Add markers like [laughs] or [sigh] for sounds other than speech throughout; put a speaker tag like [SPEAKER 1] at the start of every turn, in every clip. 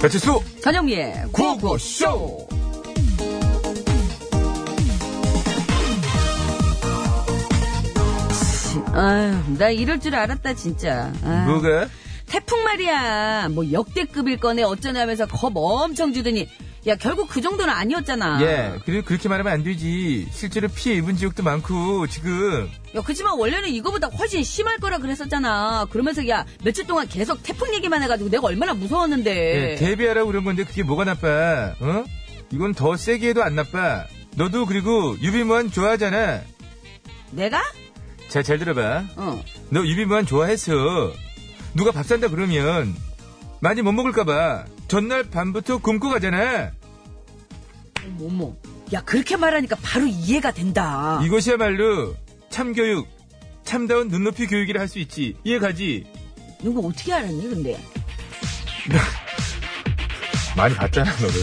[SPEAKER 1] 배치수
[SPEAKER 2] 전영미의
[SPEAKER 1] 구호구쇼
[SPEAKER 2] 아유, 나 이럴 줄 알았다, 진짜. 아유.
[SPEAKER 1] 그게
[SPEAKER 2] 태풍 말이야. 뭐 역대급일 거네, 어쩌네 하면서 겁 엄청 주더니. 야, 결국 그 정도는 아니었잖아.
[SPEAKER 1] 예 그리고 그렇게 말하면 안 되지 실제로 피해 입은 지역도 많고 지금
[SPEAKER 2] 야, 그지만 원래는 이거보다 훨씬 심할 거라 그랬었잖아. 그러면서 야, 며칠 동안 계속 태풍 얘기만 해가지고 내가 얼마나 무서웠는데.
[SPEAKER 1] 예, 대비하라고 그런 건데 그게 뭐가 나빠 어 이건 더 세게 해도 안 나빠 너도 그리고 유비무한 좋아하잖아
[SPEAKER 2] 내가?
[SPEAKER 1] 자 잘 들어봐
[SPEAKER 2] 어.
[SPEAKER 1] 너 유비무한 좋아해서 누가 밥 산다 그러면 많이 못 먹을까봐 전날 밤부터 굶고 가잖아
[SPEAKER 2] 어머. 야, 그렇게 말하니까 바로 이해가 된다.
[SPEAKER 1] 이것이야말로 참교육 참다운 눈높이 교육이라 할 수 있지 이해 가지
[SPEAKER 2] 이거 어떻게 알았니, 근데?
[SPEAKER 1] 많이 봤잖아 너를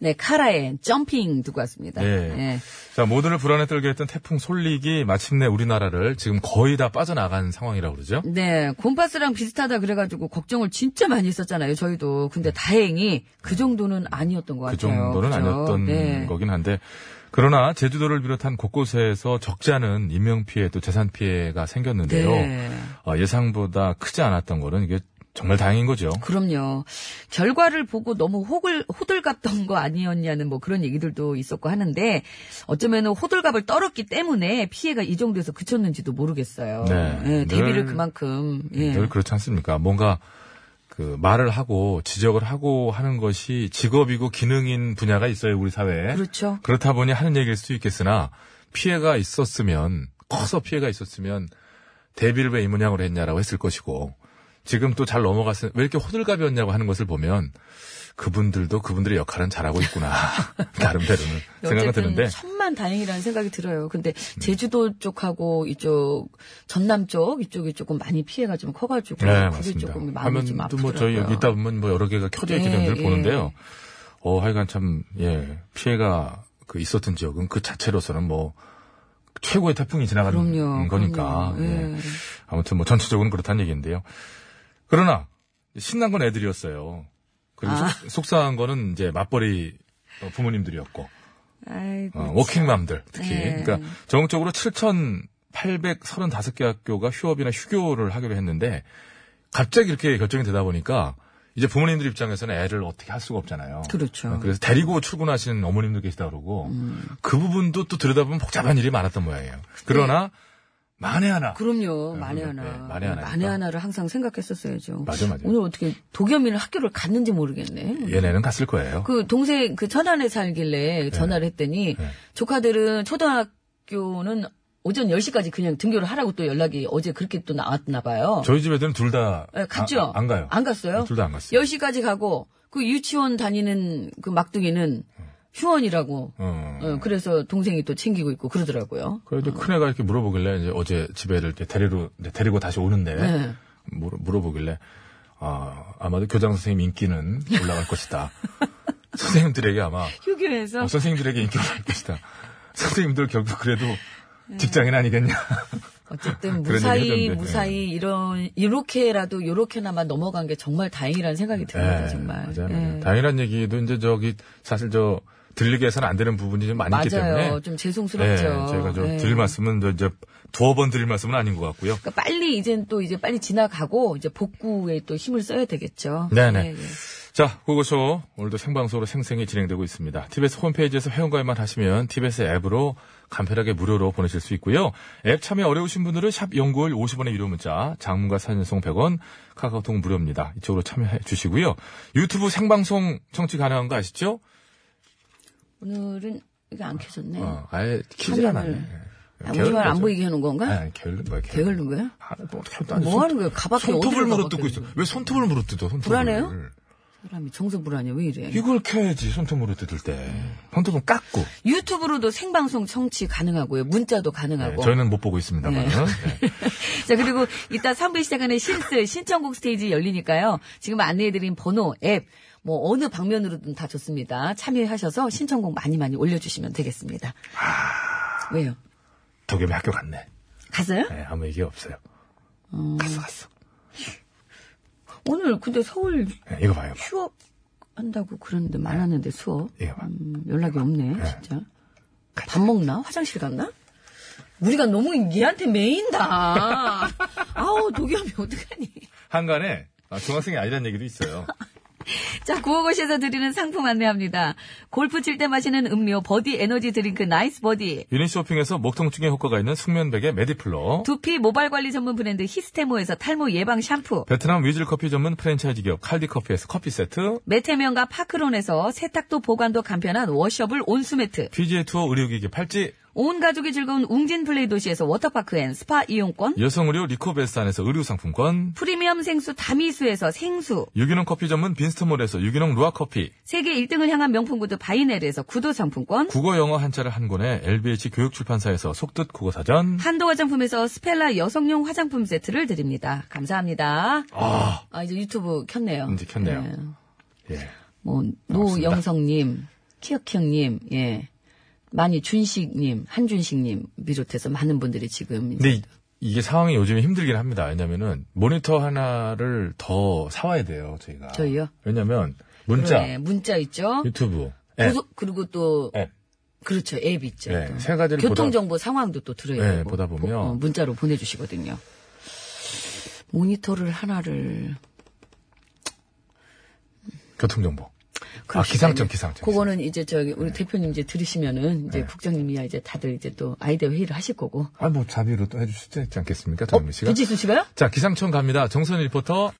[SPEAKER 2] 네, 카라의 점핑 듣고 왔습니다.
[SPEAKER 3] 예. 자, 모두를 불안에 떨게 했던 태풍 솔릭이 마침내 우리나라를 지금 거의 다 빠져나간 상황이라고 그러죠?
[SPEAKER 2] 네, 곰파스랑 비슷하다 그래가지고 걱정을 진짜 많이 했었잖아요, 저희도. 근데 다행히 그 정도는 아니었던 것 같아요.
[SPEAKER 3] 음. 그 정도는
[SPEAKER 2] 그죠?
[SPEAKER 3] 아니었던
[SPEAKER 2] 네.
[SPEAKER 3] 거긴 한데. 그러나 제주도를 비롯한 곳곳에서 적지 않은 인명피해 또 재산피해가 생겼는데요.
[SPEAKER 2] 네.
[SPEAKER 3] 어, 예상보다 크지 않았던 거는 이게 정말 다행인 거죠.
[SPEAKER 2] 그럼요. 결과를 보고 너무 혹을, 호들갑던 거 아니었냐는 뭐 그런 얘기들도 있었고 하는데 어쩌면 은 호들갑을 떨었기 때문에 피해가 이 정도에서 그쳤는지도 모르겠어요.
[SPEAKER 3] 네.
[SPEAKER 2] 예,
[SPEAKER 3] 늘-
[SPEAKER 2] 대비를 그만큼. 예.
[SPEAKER 3] 늘 그렇지 않습니까? 뭔가 그 말을 하고 지적을 하고 하는 것이 직업이고 기능인 분야가 있어요, 우리 사회에.
[SPEAKER 2] 그렇죠.
[SPEAKER 3] 그렇다 보니 하는 얘기일 수 있겠으나 피해가 있었으면 커서 피해가 있었으면 대비를 왜 이모양으로 했냐라고 했을 것이고 지금 또 잘 넘어갔으면 왜 이렇게 호들갑이었냐고 하는 것을 보면 그분들도 그분들의 역할은 잘하고
[SPEAKER 2] [laughs]
[SPEAKER 3] 있구나 나름대로는 생각이
[SPEAKER 2] 어쨌든
[SPEAKER 3] 드는데
[SPEAKER 2] 천만 다행이라는 생각이 들어요. 근데 제주도 쪽하고 이쪽 전남 쪽 이쪽이 조금 많이 피해가 좀 커가지고
[SPEAKER 3] 네
[SPEAKER 2] 그게
[SPEAKER 3] 맞습니다.
[SPEAKER 2] 조금 마음이 좀
[SPEAKER 3] 화면도
[SPEAKER 2] 아프더라고요.
[SPEAKER 3] 뭐 저희 여기 있다 보면 뭐 여러 개가 켜져 있게
[SPEAKER 2] 예,
[SPEAKER 3] 되는 걸
[SPEAKER 2] 예.
[SPEAKER 3] 보는데요. 어 하여간 참예 피해가 그 있었던 지역은 그 자체로서는 뭐 최고의 태풍이 지나가는
[SPEAKER 2] 그럼요.
[SPEAKER 3] 거니까
[SPEAKER 2] 그럼요.
[SPEAKER 3] 예.
[SPEAKER 2] 예.
[SPEAKER 3] 아무튼 뭐 전체적으로는 그렇다는 얘기인데요. 그러나 신난 건 애들이었어요. 그리고
[SPEAKER 2] 아.
[SPEAKER 3] 속- 속상한 거는 이제 맞벌이 어, 부모님들이었고
[SPEAKER 2] 아이고,
[SPEAKER 3] 어, 워킹맘들 특히
[SPEAKER 2] 네.
[SPEAKER 3] 그러니까 전국적으로 7,835개 학교가 휴업이나 휴교를 하기로 했는데 갑자기 이렇게 결정이 되다 보니까 이제 부모님들 입장에서는 애를 어떻게 할 수가 없잖아요.
[SPEAKER 2] 그렇죠. 음.
[SPEAKER 3] 어, 그래서 데리고 출근하시는 어머님도 계시다 그러고 그 부분도 또 들여다보면 복잡한 일이 많았던 모양이에요. 그러나 만에 하나
[SPEAKER 2] 네. 그럼요.
[SPEAKER 3] 네,
[SPEAKER 2] 만에 하나.
[SPEAKER 3] 네, 만에 하나니까.
[SPEAKER 2] 를 항상 생각했었어야죠.
[SPEAKER 3] 맞아, 맞아.
[SPEAKER 2] 오늘 어떻게 도겸이는 학교를 갔는지 모르겠네.
[SPEAKER 3] 얘네는 갔을 거예요.
[SPEAKER 2] 그 동생 그 천안에 살길래 전화를 했더니
[SPEAKER 3] 네.
[SPEAKER 2] 조카들은 초등학교는 오전 10시까지 그냥 등교를 하라고 또 연락이 어제 그렇게 또 나왔나 봐요.
[SPEAKER 3] 저희 집 애들은 둘 다 아,
[SPEAKER 2] 예, 어. 갔죠?
[SPEAKER 3] 안 가요. 네,
[SPEAKER 2] 안 갔어요?
[SPEAKER 3] 둘 다 안 갔어요.
[SPEAKER 2] 10시까지 가고 그 유치원 다니는 그 막둥이는 휴원이라고.
[SPEAKER 3] 어.
[SPEAKER 2] 어, 그래서 동생이 또 챙기고 있고 그러더라고요.
[SPEAKER 3] 그래도 큰애가 이렇게 물어보길래 이제 어제 집에를 이제 데리러 이제 데리고 다시 오는데
[SPEAKER 2] 네.
[SPEAKER 3] 물어, 물어보길래 아, 아마도 교장 선생님 인기는 올라갈
[SPEAKER 2] [laughs]
[SPEAKER 3] 것이다. 선생님들에게 아마
[SPEAKER 2] 휴교에서
[SPEAKER 3] 어, 선생님들에게 인기 올라갈 것이다. 선생님들 결국 그래도
[SPEAKER 2] 네.
[SPEAKER 1] 직장인 아니겠냐.
[SPEAKER 2] 어쨌든
[SPEAKER 3] 그런 얘기 하던데,
[SPEAKER 2] 무사히
[SPEAKER 3] 네.
[SPEAKER 2] 무사히 이런 이렇게라도 이렇게나마 넘어간 게 정말 다행이라는 생각이 듭니다
[SPEAKER 3] 예,
[SPEAKER 2] 정말.
[SPEAKER 3] 맞아요.
[SPEAKER 2] 예.
[SPEAKER 3] 맞아요. 다행이란 얘기도 이제 저기 사실 저 들리게 해서는 안 되는 부분이 좀 많이 있기 때문에
[SPEAKER 2] 맞아요. 좀 죄송스럽죠.
[SPEAKER 3] 예, 저희가 좀
[SPEAKER 2] 예.
[SPEAKER 3] 드릴 말씀은 저 이제 두어 번 드릴 말씀은 아닌 것 같고요.
[SPEAKER 2] 그러니까 빨리 이젠 또 이제 빨리 지나가고 이제 복구에 또 힘을 써야 되겠죠.
[SPEAKER 3] 네네.
[SPEAKER 2] 예, 예.
[SPEAKER 3] 자, 고고쇼 오늘도 생방송으로 생생히 진행되고 있습니다. TBS 홈페이지에서 회원가입만 하시면 TBS 앱으로 간편하게 무료로 보내실 수 있고요. 앱 참여 어려우신 분들은 샵 연구일 50원의 유료 문자, 장문과 사연송 100원, 카카오톡 무료입니다. 이쪽으로 참여해 주시고요. 유튜브 생방송 청취 가능한 거 아시죠?
[SPEAKER 2] 오늘은 이게 안 켜졌네.
[SPEAKER 3] 어, 아예 키지 않았네.
[SPEAKER 2] 참여를.
[SPEAKER 3] 예.
[SPEAKER 2] 아,
[SPEAKER 3] 게으른
[SPEAKER 2] 오늘만 안
[SPEAKER 3] 거죠.
[SPEAKER 2] 보이게 해놓은
[SPEAKER 3] 아니,
[SPEAKER 2] 건가?
[SPEAKER 3] 아니, 게을른 거야, 게을른
[SPEAKER 2] 게을른 거야?
[SPEAKER 3] 네. 아, 뭐 어떻게 하도 안
[SPEAKER 2] 뭐
[SPEAKER 3] 손-
[SPEAKER 2] 하는 거야? 가방에
[SPEAKER 3] 손톱을
[SPEAKER 2] 어디를
[SPEAKER 3] 물어뜯고
[SPEAKER 2] 박았겠니?
[SPEAKER 3] 있어. 왜 손톱을 물어뜯어, 손톱을. 예.
[SPEAKER 2] 불안해요? 사람이 정서 불안해 왜 이래?
[SPEAKER 3] 이걸 켜야지, 손톱으로 뜯을 때. 손톱은 깎고.
[SPEAKER 2] 유튜브로도 생방송 청취 가능하고요. 문자도 가능하고.
[SPEAKER 3] 네, 저희는 못 보고 있습니다만. 네.
[SPEAKER 2] 자, 그리고 이따 3부 시작하는 신스 신청곡 스테이지 열리니까요. 지금 안내해드린 번호, 앱, 뭐 어느 방면으로든 다 좋습니다. 참여하셔서 신청곡 많이 많이 올려주시면 되겠습니다.
[SPEAKER 3] 아.
[SPEAKER 2] 왜요?
[SPEAKER 3] 도겸이 학교 갔네.
[SPEAKER 2] 갔어요?
[SPEAKER 3] 네, 아무 얘기 없어요.
[SPEAKER 2] 음.
[SPEAKER 3] 갔어, 갔어.
[SPEAKER 2] 오늘 근데 서울
[SPEAKER 3] 네, 이거 봐요.
[SPEAKER 2] 휴업 한다고 그러는데 말하는데 수업.
[SPEAKER 3] 예, 봐.
[SPEAKER 2] 음, 연락이 없네, 진짜. 밥 먹나? 화장실 갔나? 우리가 너무 얘한테 매인다. 아우, 도겸이 어떡하니.
[SPEAKER 3] 한간에 아, 중학생이 아니라는 얘기도 있어요.
[SPEAKER 2] 자, 구호고시에서 드리는 상품 안내합니다. 골프 칠 때 마시는 음료 버디 에너지 드링크 나이스 버디.
[SPEAKER 3] 유닛 쇼핑에서 목통증에 효과가 있는 숙면백의 메디플러.
[SPEAKER 2] 두피 모발 관리 전문 브랜드 히스테모에서 탈모 예방 샴푸.
[SPEAKER 3] 베트남 위즐 커피 전문 프랜차이즈 기업 칼디 커피에서 커피 세트.
[SPEAKER 2] 메테면과 파크론에서 세탁도 보관도 간편한 워셔블 온수매트.
[SPEAKER 3] PGA 투어 의료기기 팔찌.
[SPEAKER 2] 온 가족이 즐거운 웅진 플레이 도시에서 워터파크 앤 스파 이용권.
[SPEAKER 3] 여성 의료 리코베스탄에서 의류 상품권.
[SPEAKER 2] 프리미엄 생수 다미수에서 생수.
[SPEAKER 3] 유기농 커피 전문 빈스트몰에서 유기농 루아 커피.
[SPEAKER 2] 세계 1등을 향한 명품 구두 바이네르에서 구두 상품권.
[SPEAKER 3] 국어 영어 한자를 한 권에 LBH 교육출판사에서 속뜻 국어 사전.
[SPEAKER 2] 한도 화장품에서 스펠라 여성용 화장품 세트를 드립니다. 감사합니다.
[SPEAKER 3] 아,
[SPEAKER 2] 아, 이제 유튜브 켰네요.
[SPEAKER 3] 이제 켰네요.
[SPEAKER 2] 예.
[SPEAKER 3] 예.
[SPEAKER 2] 뭐,
[SPEAKER 3] 고맙습니다.
[SPEAKER 2] 노영성님, 키역형님, 예. 많이 준식님, 한준식님 비롯해서 많은 분들이 지금.
[SPEAKER 3] 근데 이- 이게 상황이 요즘에 힘들긴 합니다. 왜냐면은 모니터 하나를 더 사와야 돼요, 저희가.
[SPEAKER 2] 저희요?
[SPEAKER 3] 왜냐면 문자, 예.
[SPEAKER 2] 그러네. 문자 있죠.
[SPEAKER 3] 유튜브, 앱,
[SPEAKER 2] 고소- 그리고 또,
[SPEAKER 3] 앱.
[SPEAKER 2] 그렇죠. 앱 있죠.
[SPEAKER 3] 네,
[SPEAKER 2] 또.
[SPEAKER 3] 세 가지를
[SPEAKER 2] 교통정보 상황도 또 들어야
[SPEAKER 3] 네,
[SPEAKER 2] 되고.
[SPEAKER 3] 보다 보면.
[SPEAKER 2] 어, 문자로 보내주시거든요. 모니터를 하나를.
[SPEAKER 3] 교통정보.
[SPEAKER 2] 그럴
[SPEAKER 3] 아, 기상청,
[SPEAKER 2] 시간이-
[SPEAKER 3] 기상청,
[SPEAKER 2] 그거는 이제 저기 우리 대표님 이제 들으시면은 이제 국장님이야 이제 다들 이제 또 아이디어 회의를 하실 거고.
[SPEAKER 3] 아, 뭐 자비로 또 해주실 수 있지 않겠습니까,
[SPEAKER 2] 어,
[SPEAKER 3] 정미 어, 씨가?
[SPEAKER 2] 유지수 씨가요?
[SPEAKER 3] 자, 기상청 갑니다. 정선 리포터.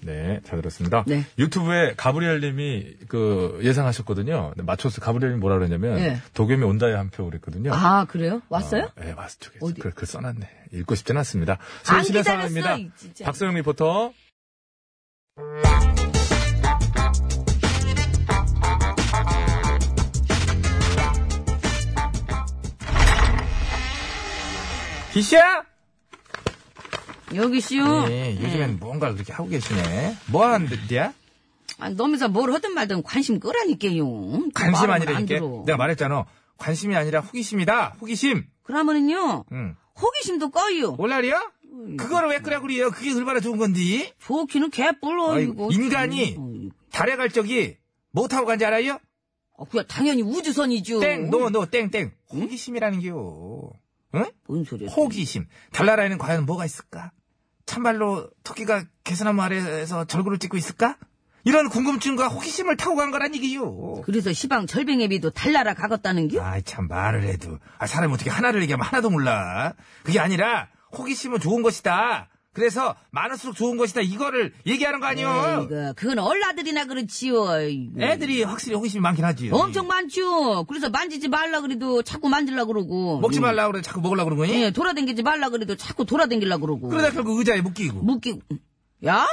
[SPEAKER 3] 네, 잘 들었습니다.
[SPEAKER 2] 네.
[SPEAKER 3] 유튜브에 가브리엘 님이 그 예상하셨거든요. 근데 맞춰서 가브리엘 님이 뭐라 그러냐면
[SPEAKER 2] 네.
[SPEAKER 3] 도겸이 온다에 한 표 그랬거든요.
[SPEAKER 2] 아, 그래요? 왔어요?
[SPEAKER 3] 어, 네, 왔어. 저기
[SPEAKER 2] 어디?
[SPEAKER 1] 그,
[SPEAKER 3] 글, 글 써놨네. 읽고 싶진 않습니다.
[SPEAKER 2] 안
[SPEAKER 3] 서울시내 상황입니다.
[SPEAKER 2] 기다렸어, 진짜.
[SPEAKER 3] 박서영 리포터.
[SPEAKER 1] 기시야!
[SPEAKER 2] 여기 씨요.
[SPEAKER 1] 네,
[SPEAKER 3] 예.
[SPEAKER 1] 요즘엔 뭔가 그렇게 하고 계시네. 뭐 하는데야?
[SPEAKER 2] 아, 너면서 뭘 하든 말든 관심 끄라니까요.
[SPEAKER 1] 관심
[SPEAKER 2] 말하면 안
[SPEAKER 1] 아니라니까.
[SPEAKER 3] 네.
[SPEAKER 2] 들어.
[SPEAKER 1] 내가 말했잖아. 관심이 아니라 호기심이다. 호기심.
[SPEAKER 2] 그러면은요,
[SPEAKER 1] 응.
[SPEAKER 2] 호기심도 꺼요.
[SPEAKER 1] 올라리야?
[SPEAKER 2] 음.
[SPEAKER 1] 그거를 왜 그래 그래요? 그게 얼마나 좋은 건디?
[SPEAKER 2] 좋기는 개뿔러,
[SPEAKER 1] 아이고,
[SPEAKER 2] 이거.
[SPEAKER 1] 인간이.
[SPEAKER 2] 어이구.
[SPEAKER 1] 달에 갈 적이 뭐 타고 간지 알아요?
[SPEAKER 2] 아, 그야 당연히 우주선이죠.
[SPEAKER 1] 땡, 노, 노, 땡, 땡. 호기심이라는 게요. 응?
[SPEAKER 2] 뭔 소리야.
[SPEAKER 1] 호기심. 달나라에는 과연 뭐가 있을까? 참말로 토끼가 개선나무 아래에서 절구를 찍고 있을까? 이런 궁금증과 호기심을 타고 간 거란 얘기요.
[SPEAKER 2] 그래서 시방 절빙애비도 달나라 가겄다는 겨?
[SPEAKER 1] 아이, 참, 말을 해도. 아, 사람이 어떻게 하나를 얘기하면 하나도 몰라. 그게 아니라, 호기심은 좋은 것이다. 그래서, 많을수록 좋은 것이다. 이거를 얘기하는 거 아니요?
[SPEAKER 2] 아이고, 그건 얼라들이나 그렇지요. 네, 아이고.
[SPEAKER 1] 애들이 확실히 호기심이 많긴 하지.
[SPEAKER 2] 엄청 많죠. 그래서 만지지 말라 그래도 자꾸 만질라 그러고.
[SPEAKER 1] 먹지 말라 그래, 자꾸 먹으려고 그러는 거니?
[SPEAKER 2] 예, 돌아댕기지 말라 그래도 자꾸 돌아댕기려 그러고.
[SPEAKER 1] 그러다 결국 의자에 묶이고.
[SPEAKER 2] 묶이고. 야?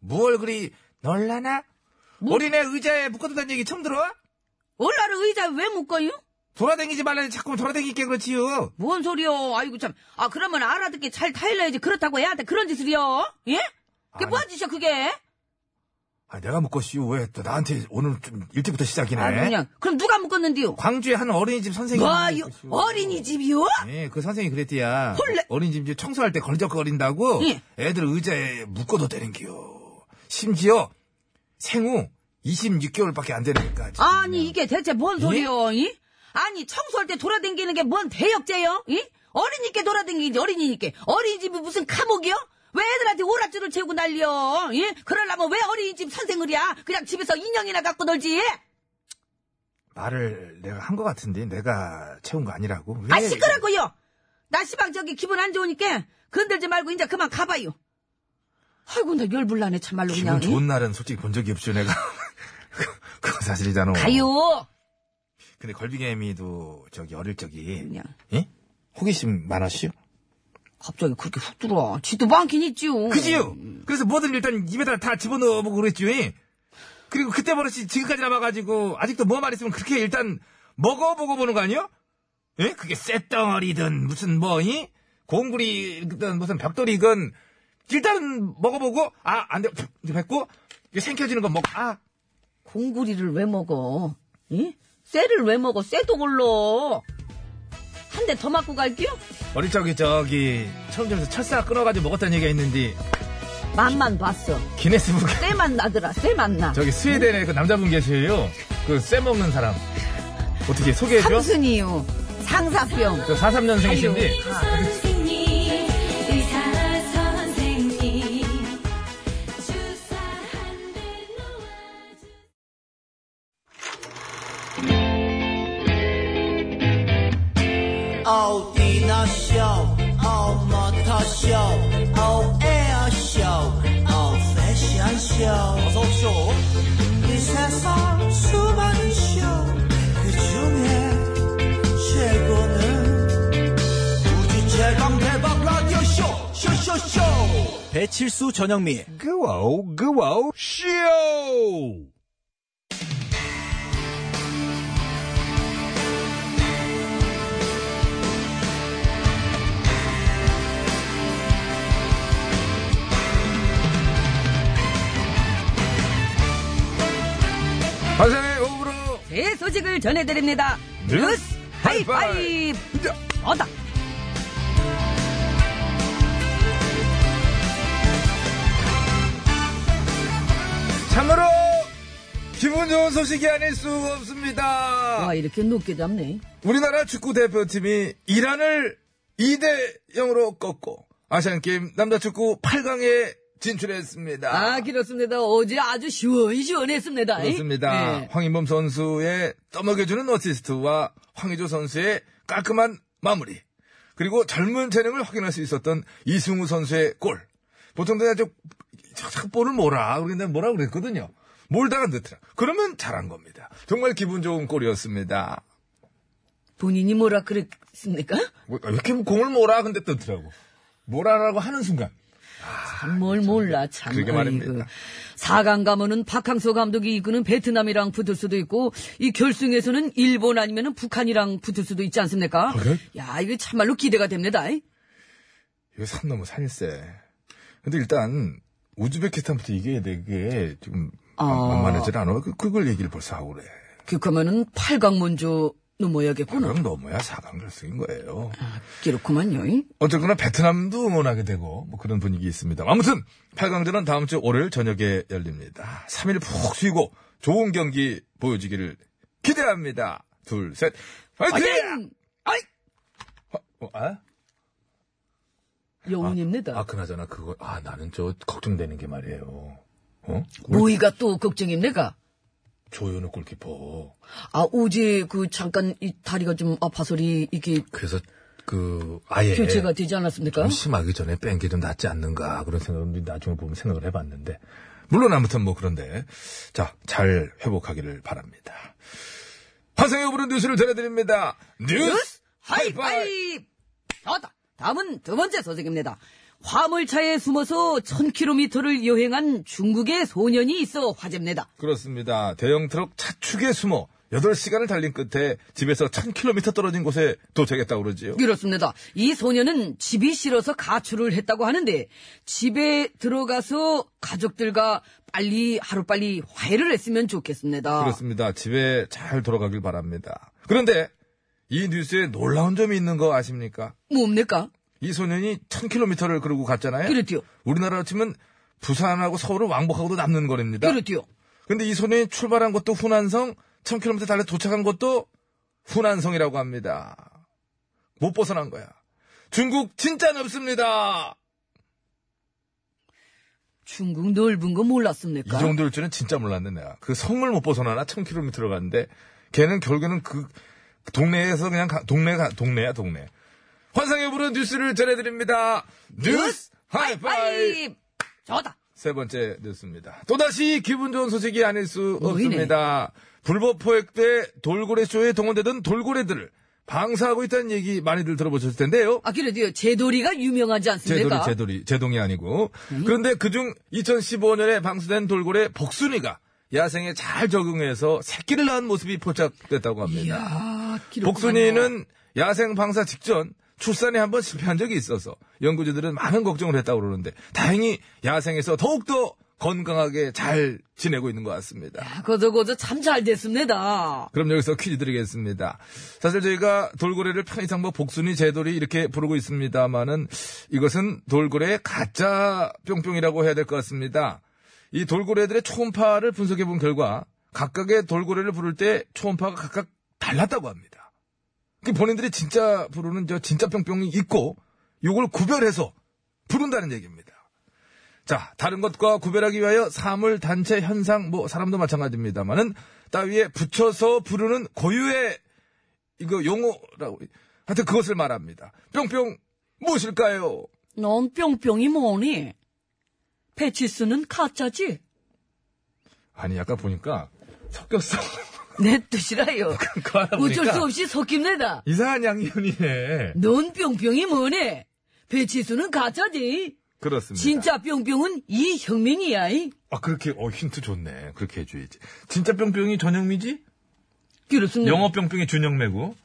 [SPEAKER 1] 뭘 그리, 놀라나?
[SPEAKER 2] 뭐?
[SPEAKER 1] 어린애 의자에 묶어둔다는 얘기 처음 들어?
[SPEAKER 2] 얼라를 의자에 왜 묶어요?
[SPEAKER 1] 돌아다니지 말라니 자꾸 돌아다니게 그렇지요.
[SPEAKER 2] 뭔 소리요? 아이고 참. 아 그러면 알아듣게 잘 타일러야지. 그렇다고 애한테 그런 짓을요? 예? 그게
[SPEAKER 1] 아니.
[SPEAKER 2] 뭐한 짓이야 그게?
[SPEAKER 3] 아, 내가 묶었슈. 왜 또 나한테 오늘 좀 일찍부터 시작이네.
[SPEAKER 2] 아주 그냥. 그럼 누가 묶었는데요?
[SPEAKER 1] 아,
[SPEAKER 3] 광주의 한 어린이집 선생님.
[SPEAKER 2] 와, 이 어린이집이요?
[SPEAKER 3] 예, 그 선생님이 그랬디야.
[SPEAKER 2] 헐레.
[SPEAKER 3] 어린이집 이제 청소할 때 걸적거린다고
[SPEAKER 2] 예.
[SPEAKER 3] 애들 의자에 묶어도 되는겨. 심지어 생후 26개월밖에 안 되는 애까지.
[SPEAKER 2] 아니, 이게 대체 뭔
[SPEAKER 3] 예?
[SPEAKER 2] 소리요? 이? 아니, 청소할 때 돌아댕기는 게 뭔 대역죄요? 이? 어린이께 돌아댕기지, 어린이께. 어린이집이 무슨 감옥이요? 왜 애들한테 오락줄을 채우고 난리요? 예? 그러려면 왜 어린이집 선생을이야? 그냥 집에서 인형이나 갖고 놀지?
[SPEAKER 3] 말을 내가 한 것 같은데 내가 채운 거 아니라고. 왜?
[SPEAKER 2] 아, 시끄럽고요! 나 시방 저기 기분 안 좋으니까 건들지 말고 이제 그만 가봐요. 아이고, 나 열불나네, 참말로
[SPEAKER 3] 기분
[SPEAKER 2] 그냥.
[SPEAKER 3] 좋은 날은 솔직히 본 적이 없죠 내가. [laughs] 그거 사실이잖아.
[SPEAKER 2] 가요!
[SPEAKER 3] 근데 걸비개미도 저기 어릴 적이
[SPEAKER 2] 그냥.
[SPEAKER 3] 예? 호기심 많았슈?
[SPEAKER 2] 음. 갑자기 그렇게 훅 들어와. 지도 많긴 있지요.
[SPEAKER 3] 그지요? 그래서 뭐든 일단 입에다 다 집어넣어보고 그랬죠. 예? 그리고 그때 버릇이 지금까지 남아가지고 아직도 뭐 말 있으면 그렇게 일단 먹어보고 보는 거 아니요? 예? 그게 쇳덩어리든 무슨 뭐, 이? 공구리든 무슨 벽돌이건 일단 먹어보고 아, 안 돼. 했고 이게 생켜지는 건 먹, 아.
[SPEAKER 2] 공구리를 왜 먹어? 응? 쇠를 왜 먹어? 쇠도 골로. 한 대 더 맞고 갈게요.
[SPEAKER 3] 어릴 적에 저기 처음점에서 철사 끊어가지고 먹었다는 얘기가 있는데
[SPEAKER 2] 맛만 봤어.
[SPEAKER 3] 기네스북
[SPEAKER 2] 쇠만 나더라. 쇠만 나.
[SPEAKER 4] [laughs] 저기 스웨덴에 그 남자분 계세요. 그 쇠 먹는 사람. 어떻게 소개해줘?
[SPEAKER 2] 삼순이요. 상사병.
[SPEAKER 4] 저 43년생이신데
[SPEAKER 5] 선생님 의사 선생님 주사 한 대 놓아주
[SPEAKER 6] 어디나 쇼 어머터 쇼 어에어 쇼 어패션 쇼 어서 쇼이 세상 수많은 쇼그 중에 최고는 우주 최강 대박 라디오 쇼 쇼쇼쇼 배칠수 전영미
[SPEAKER 3] 그와우 그와우 쇼 환상의 호흡으로
[SPEAKER 2] 제 소식을 전해드립니다. 뉴스 네? 하이파이브. 어다.
[SPEAKER 3] 참으로 기분 좋은 소식이 아닐 수가 없습니다
[SPEAKER 2] 와 이렇게 높게 잡네.
[SPEAKER 3] 우리나라 축구 대표팀이 이란을 2대 0으로 꺾고 아시안게임 남자축구 8강에 진출했습니다.
[SPEAKER 2] 아 길었습니다. 어제 아주 시원시원했습니다.
[SPEAKER 3] 그렇습니다.
[SPEAKER 2] 네.
[SPEAKER 3] 황인범 선수의 떠먹여주는 어시스트와 황의조 선수의 깔끔한 마무리. 그리고 젊은 재능을 확인할 수 있었던 이승우 선수의 골. 보통 그냥 저, 저, 저 볼을 몰아. 그런데 뭐라 그랬거든요. 몰다가 넣더라. 그러면 잘한 겁니다. 정말 기분 좋은 골이었습니다.
[SPEAKER 2] 본인이 뭐라 그랬습니까?
[SPEAKER 3] 왜, 뭐, 왜 이렇게 공을 몰아? 근데 뜨더라고. 몰아라고 하는 순간.
[SPEAKER 2] 뭘 몰라 참.
[SPEAKER 3] 아, 그렇죠. 네. 그러게 말입니다.
[SPEAKER 2] 4강 가면은 박항서 감독이 이끄는 베트남이랑 붙을 수도 있고 이 결승에서는 일본 아니면은 북한이랑 붙을 수도 있지 않습니까?
[SPEAKER 3] 아, 그래?
[SPEAKER 2] 야 이거 참말로 기대가 됩니다.
[SPEAKER 3] 이거 산 넘어 산일세. 근데 일단 우즈베키스탄부터 이겨야 돼. 그게 지금
[SPEAKER 2] 아.
[SPEAKER 3] 만만하질 않아. 그- 그걸 얘기를 벌써 하고 그래.
[SPEAKER 2] 그렇다면은 8강 먼저 넘어야겠구나.
[SPEAKER 3] 그럼 너무야 4강 결승인 거예요.
[SPEAKER 2] 그렇구만요. 이.
[SPEAKER 3] 어쨌거나 베트남도 응원하게 되고 뭐 그런 분위기 있습니다. 아무튼 8강전은 다음 주 월요일 저녁에 열립니다. 3일 푹 쉬고 좋은 경기 보여주기를 기대합니다. 둘, 셋. 파이팅!
[SPEAKER 2] 화이팅!
[SPEAKER 3] 어, 아?
[SPEAKER 2] 영훈입니다.
[SPEAKER 4] 아 그나저나 그거 아 나는 저 걱정되는 게 말이에요. 어?
[SPEAKER 2] 모이가 또 걱정입니까?
[SPEAKER 4] 조현우 골키퍼.
[SPEAKER 2] 아 어제 그 잠깐 이 다리가 좀 아파서리 이게
[SPEAKER 4] 그래서 그 아예
[SPEAKER 2] 교체가
[SPEAKER 3] 네.
[SPEAKER 2] 되지 않았습니까?
[SPEAKER 4] 좀 심하기 전에 뺀 게 좀 낫지 않는가 그런 생각을 나중에 보면 생각을 해봤는데 물론 아무튼 뭐 그런데
[SPEAKER 3] 자 잘 회복하기를 바랍니다. 화성의 부른 뉴스를 전해드립니다. 뉴스
[SPEAKER 2] 뉴스 하이파이브! 다 다음은 두 번째 소식입니다. 화물차에 숨어서 1000km를 여행한 중국의 소년이 있어 화제입니다.
[SPEAKER 3] 그렇습니다. 대형 트럭 차축에 숨어 8시간을 달린 끝에 집에서 1000km 떨어진 곳에 도착했다고 그러지요.
[SPEAKER 2] 그렇습니다. 이 소녀는 집이 싫어서 가출을 했다고 하는데 집에 들어가서 가족들과 빨리 하루빨리 화해를 했으면 좋겠습니다.
[SPEAKER 3] 그렇습니다. 집에 잘 돌아가길 바랍니다. 그런데 이 뉴스에 놀라운 점이 있는 거 아십니까?
[SPEAKER 2] 뭡니까?
[SPEAKER 3] 이 소년이 1000km를 그러고 갔잖아요.
[SPEAKER 2] 그렇지요.
[SPEAKER 3] 우리나라로 치면 부산하고 서울을 왕복하고도 남는 거리입니다.
[SPEAKER 2] 그렇지요.
[SPEAKER 3] 근데 이 소년이 출발한 것도 훈안성, 1000km 달려 도착한 것도 훈안성이라고 합니다. 못 벗어난 거야. 중국 진짜 넓습니다.
[SPEAKER 2] 중국 넓은 거 몰랐습니까?
[SPEAKER 3] 이 정도일 줄은 진짜 몰랐네 내가. 그 성을 못 벗어나나 1000km 갔는데 걔는 결국에는 그 동네에서 그냥 가- 동네 가, 동네야 동네. 환상의 부른 뉴스를 전해드립니다. 뉴스 하이파이.
[SPEAKER 2] 하이파이브! 저다.
[SPEAKER 3] 세 번째 뉴스입니다. 또다시 기분 좋은 소식이 아닐 수
[SPEAKER 2] 뭐이네.
[SPEAKER 3] 없습니다. 불법 포획 때 돌고래 쇼에 동원되던 돌고래들을 방사하고 있다는 얘기 많이들 들어보셨을 텐데요.
[SPEAKER 2] 아, 그래도요, 제돌이가 유명하지
[SPEAKER 3] 제돌이,
[SPEAKER 2] 않습니까?
[SPEAKER 3] 제돌이, 제동이 아니고.
[SPEAKER 2] 음.
[SPEAKER 3] 그런데 그중 2015년에 방수된 돌고래 복순이가 야생에 잘 적응해서 새끼를 낳은 모습이 포착됐다고 합니다.
[SPEAKER 2] 아, 기록하네요.
[SPEAKER 3] 복순이는 야생 방사 직전 출산에 한번 실패한 적이 있어서 연구자들은 많은 걱정을 했다고 그러는데 다행히 야생에서 더욱더 건강하게 잘 지내고 있는 것 같습니다.
[SPEAKER 2] 아, 거저거저 참 잘 됐습니다.
[SPEAKER 3] 그럼 여기서 퀴즈 드리겠습니다. 사실 저희가 돌고래를 편의상 뭐 복순이, 제돌이 이렇게 부르고 있습니다만은 이것은 돌고래의 가짜 뿅뿅이라고 해야 될 것 같습니다. 이 돌고래들의 초음파를 분석해 본 결과 각각의 돌고래를 부를 때 초음파가 각각 달랐다고 합니다. 그 본인들이 진짜 부르는 저 진짜 뿅뿅이 있고 요걸 구별해서 부른다는 얘기입니다. 자, 다른 것과 구별하기 위하여 사물, 단체, 현상, 뭐, 사람도 마찬가지입니다만은, 따위에 붙여서 부르는 고유의, 이거 용어라고, 하여튼 그것을 말합니다. 뿅뿅, 무엇일까요?
[SPEAKER 2] 넌 뿅뿅이 뭐니? 배치수는 가짜지?
[SPEAKER 3] 아니, 약간 보니까 섞였어. [laughs]
[SPEAKER 2] 내 뜻이라요.
[SPEAKER 3] 그거 그러니까. 하다 보니까
[SPEAKER 2] 어쩔 수 없이 섞입니다.
[SPEAKER 3] 이상한 양면이네.
[SPEAKER 2] 넌 뿅뿅이 뭐네? 배치수는 가짜지?
[SPEAKER 3] 그렇습니다.
[SPEAKER 2] 진짜 뿅뿅은 이형민이야. 이.
[SPEAKER 3] 아, 그렇게, 어, 힌트 좋네. 그렇게 해줘야지. 진짜 뿅뿅이 전영미지?
[SPEAKER 2] 그렇습니다.
[SPEAKER 7] 영어 뿅뿅이 준영매고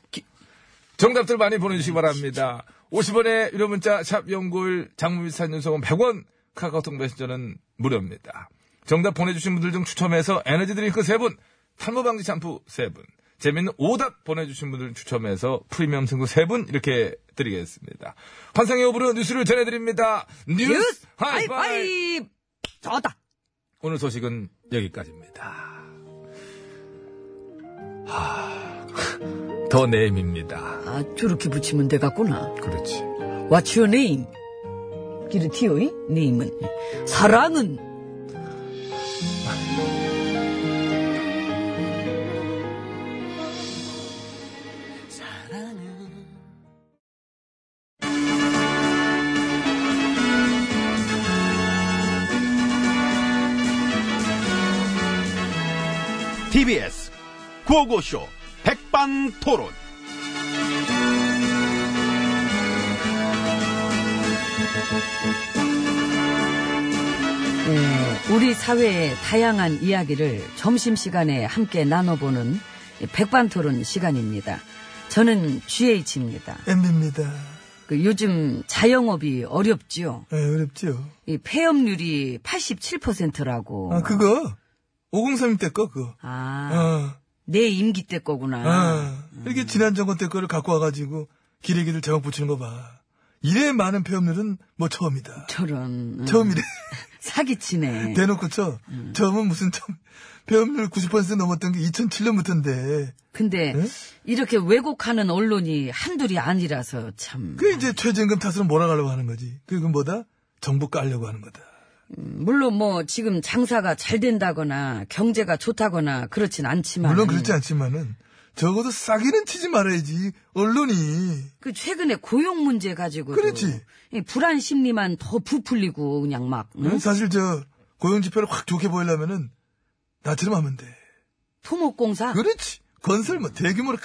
[SPEAKER 3] 정답들 많이 보내주시기 바랍니다. 50원의 유료 문자 샵 연골 장무비슷한 연속은 100원 카카오톡 메신저는 무료입니다. 정답 보내주신 분들 중 추첨해서 에너지 드링크 3분 탈모방지 샴푸 3분 재밌는 오답 보내주신 분들 추첨해서 프리미엄 승부 3분 이렇게 드리겠습니다. 환상의 오브로 뉴스를 전해드립니다. 뉴스,
[SPEAKER 2] 뉴스
[SPEAKER 3] 하이파이!
[SPEAKER 2] 하이파이브! 저다.
[SPEAKER 3] 오늘 소식은 여기까지입니다. 하, 더 네임입니다.
[SPEAKER 2] 아, 저렇게 붙이면 돼갔구나.
[SPEAKER 3] 그렇지.
[SPEAKER 2] What's your name? 기르티오, 이 네임은. 사랑은?
[SPEAKER 8] TBS 구호고쇼 백반토론.
[SPEAKER 2] 예, 우리 사회의 다양한 이야기를 점심시간에 함께 나눠보는 백반토론 시간입니다. 저는 GH입니다. 그
[SPEAKER 9] 엠비입니다.
[SPEAKER 2] 요즘 자영업이 어렵지요.
[SPEAKER 9] 예, 어렵지요.
[SPEAKER 2] 이 폐업률이 87%라고.
[SPEAKER 9] 아, 그거. 503 때 거, 그거.
[SPEAKER 2] 아,
[SPEAKER 9] 아,
[SPEAKER 2] 내 임기 때
[SPEAKER 9] 아.
[SPEAKER 2] 거구나.
[SPEAKER 9] 이렇게 지난 정권 때 거를 갖고 와가지고 기레기들 제목 붙이는 거 봐. 이래 많은 폐업률은 뭐 처음이다.
[SPEAKER 2] 저런. 음,
[SPEAKER 9] 처음이래.
[SPEAKER 2] 사기치네.
[SPEAKER 9] 대놓고 쳐. 처음은 무슨 참, 폐업률 90% 넘었던 게 2007년부터인데.
[SPEAKER 2] 근데
[SPEAKER 9] 네?
[SPEAKER 2] 이렇게 왜곡하는 언론이 한둘이 아니라서 참
[SPEAKER 9] 그게 이제 최저임금 탓으로 몰아가려고 하는 거지. 그건 뭐다? 정부 깔려고 하는 거다.
[SPEAKER 2] 물론 뭐 지금 장사가 잘 된다거나 경제가 좋다거나 그렇진 않지만
[SPEAKER 9] 물론 그렇지 않지만은, 적어도 싸기는 치지 말아야지. 언론이.
[SPEAKER 2] 그 최근에 고용 문제 가지고
[SPEAKER 9] 그렇지.
[SPEAKER 2] 불안 심리만 더 부풀리고 그냥 막 응?
[SPEAKER 9] 사실 저 고용 지표를 확 좋게 보이려면은 나처럼 하면 돼.
[SPEAKER 2] 토목공사
[SPEAKER 9] 그렇지. 건설 뭐 대규모로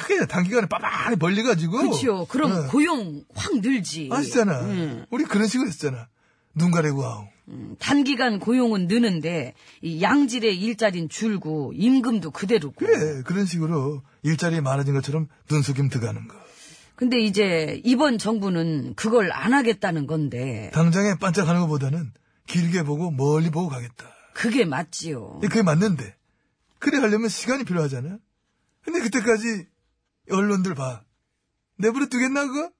[SPEAKER 9] 크게 단기간에 빠빠하게 벌려가지고.
[SPEAKER 2] 그렇죠. 그럼
[SPEAKER 9] 어.
[SPEAKER 2] 고용 확 늘지.
[SPEAKER 9] 아시잖아.
[SPEAKER 2] 응.
[SPEAKER 9] 우리 그런 식으로 했잖아. 눈 가리고 아웅.
[SPEAKER 2] 음, 단기간 고용은 느는데 이 양질의 일자리는 줄고 임금도 그대로고.
[SPEAKER 3] 그래, 그런 식으로 일자리 많아진 것처럼 눈속임 들어가는 거.
[SPEAKER 2] 근데 이제 이번 정부는 그걸 안 하겠다는 건데
[SPEAKER 3] 당장에 반짝하는 것보다는 길게 보고 멀리 보고 가겠다.
[SPEAKER 2] 그게 맞지요. [laughs]
[SPEAKER 3] 그게 맞는데. 그래 하려면 시간이 필요하잖아. 근데 그때까지 언론들 봐. 내버려 두겠나 그거?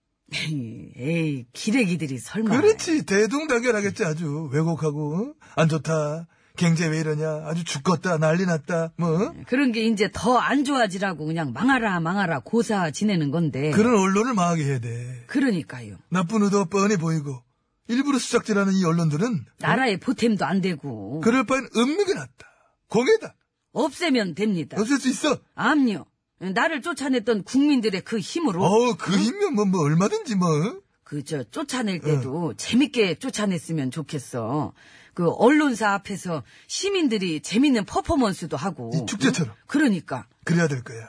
[SPEAKER 2] 에이 기레기들이 설마.
[SPEAKER 3] 그렇지 대동단결하겠지 아주 왜곡하고 어? 안 좋다 경제 왜 이러냐 아주 죽겠다 난리 났다 뭐 어?
[SPEAKER 2] 그런 게 이제 더 안 좋아지라고 그냥 망하라 망하라 고사 지내는 건데.
[SPEAKER 3] 그런 언론을 망하게 해야 돼
[SPEAKER 2] 그러니까요.
[SPEAKER 3] 나쁜 의도 뻔히 보이고 일부러 수작질하는 이 언론들은
[SPEAKER 2] 나라의 보탬도 안 되고
[SPEAKER 3] 그럴 바엔 은미가 낫다 공해다
[SPEAKER 2] 없애면 됩니다.
[SPEAKER 3] 없앨 수 있어
[SPEAKER 2] 암요. 나를 쫓아냈던 국민들의 그 힘으로
[SPEAKER 3] 어우 그 힘이면 뭐, 뭐 얼마든지 뭐 어?
[SPEAKER 2] 그 저 쫓아낼 때도 재밌게 쫓아냈으면 좋겠어. 그 언론사 앞에서 시민들이 재밌는 퍼포먼스도 하고
[SPEAKER 3] 이 축제처럼.
[SPEAKER 2] 응? 그러니까
[SPEAKER 3] 그래야 될 거야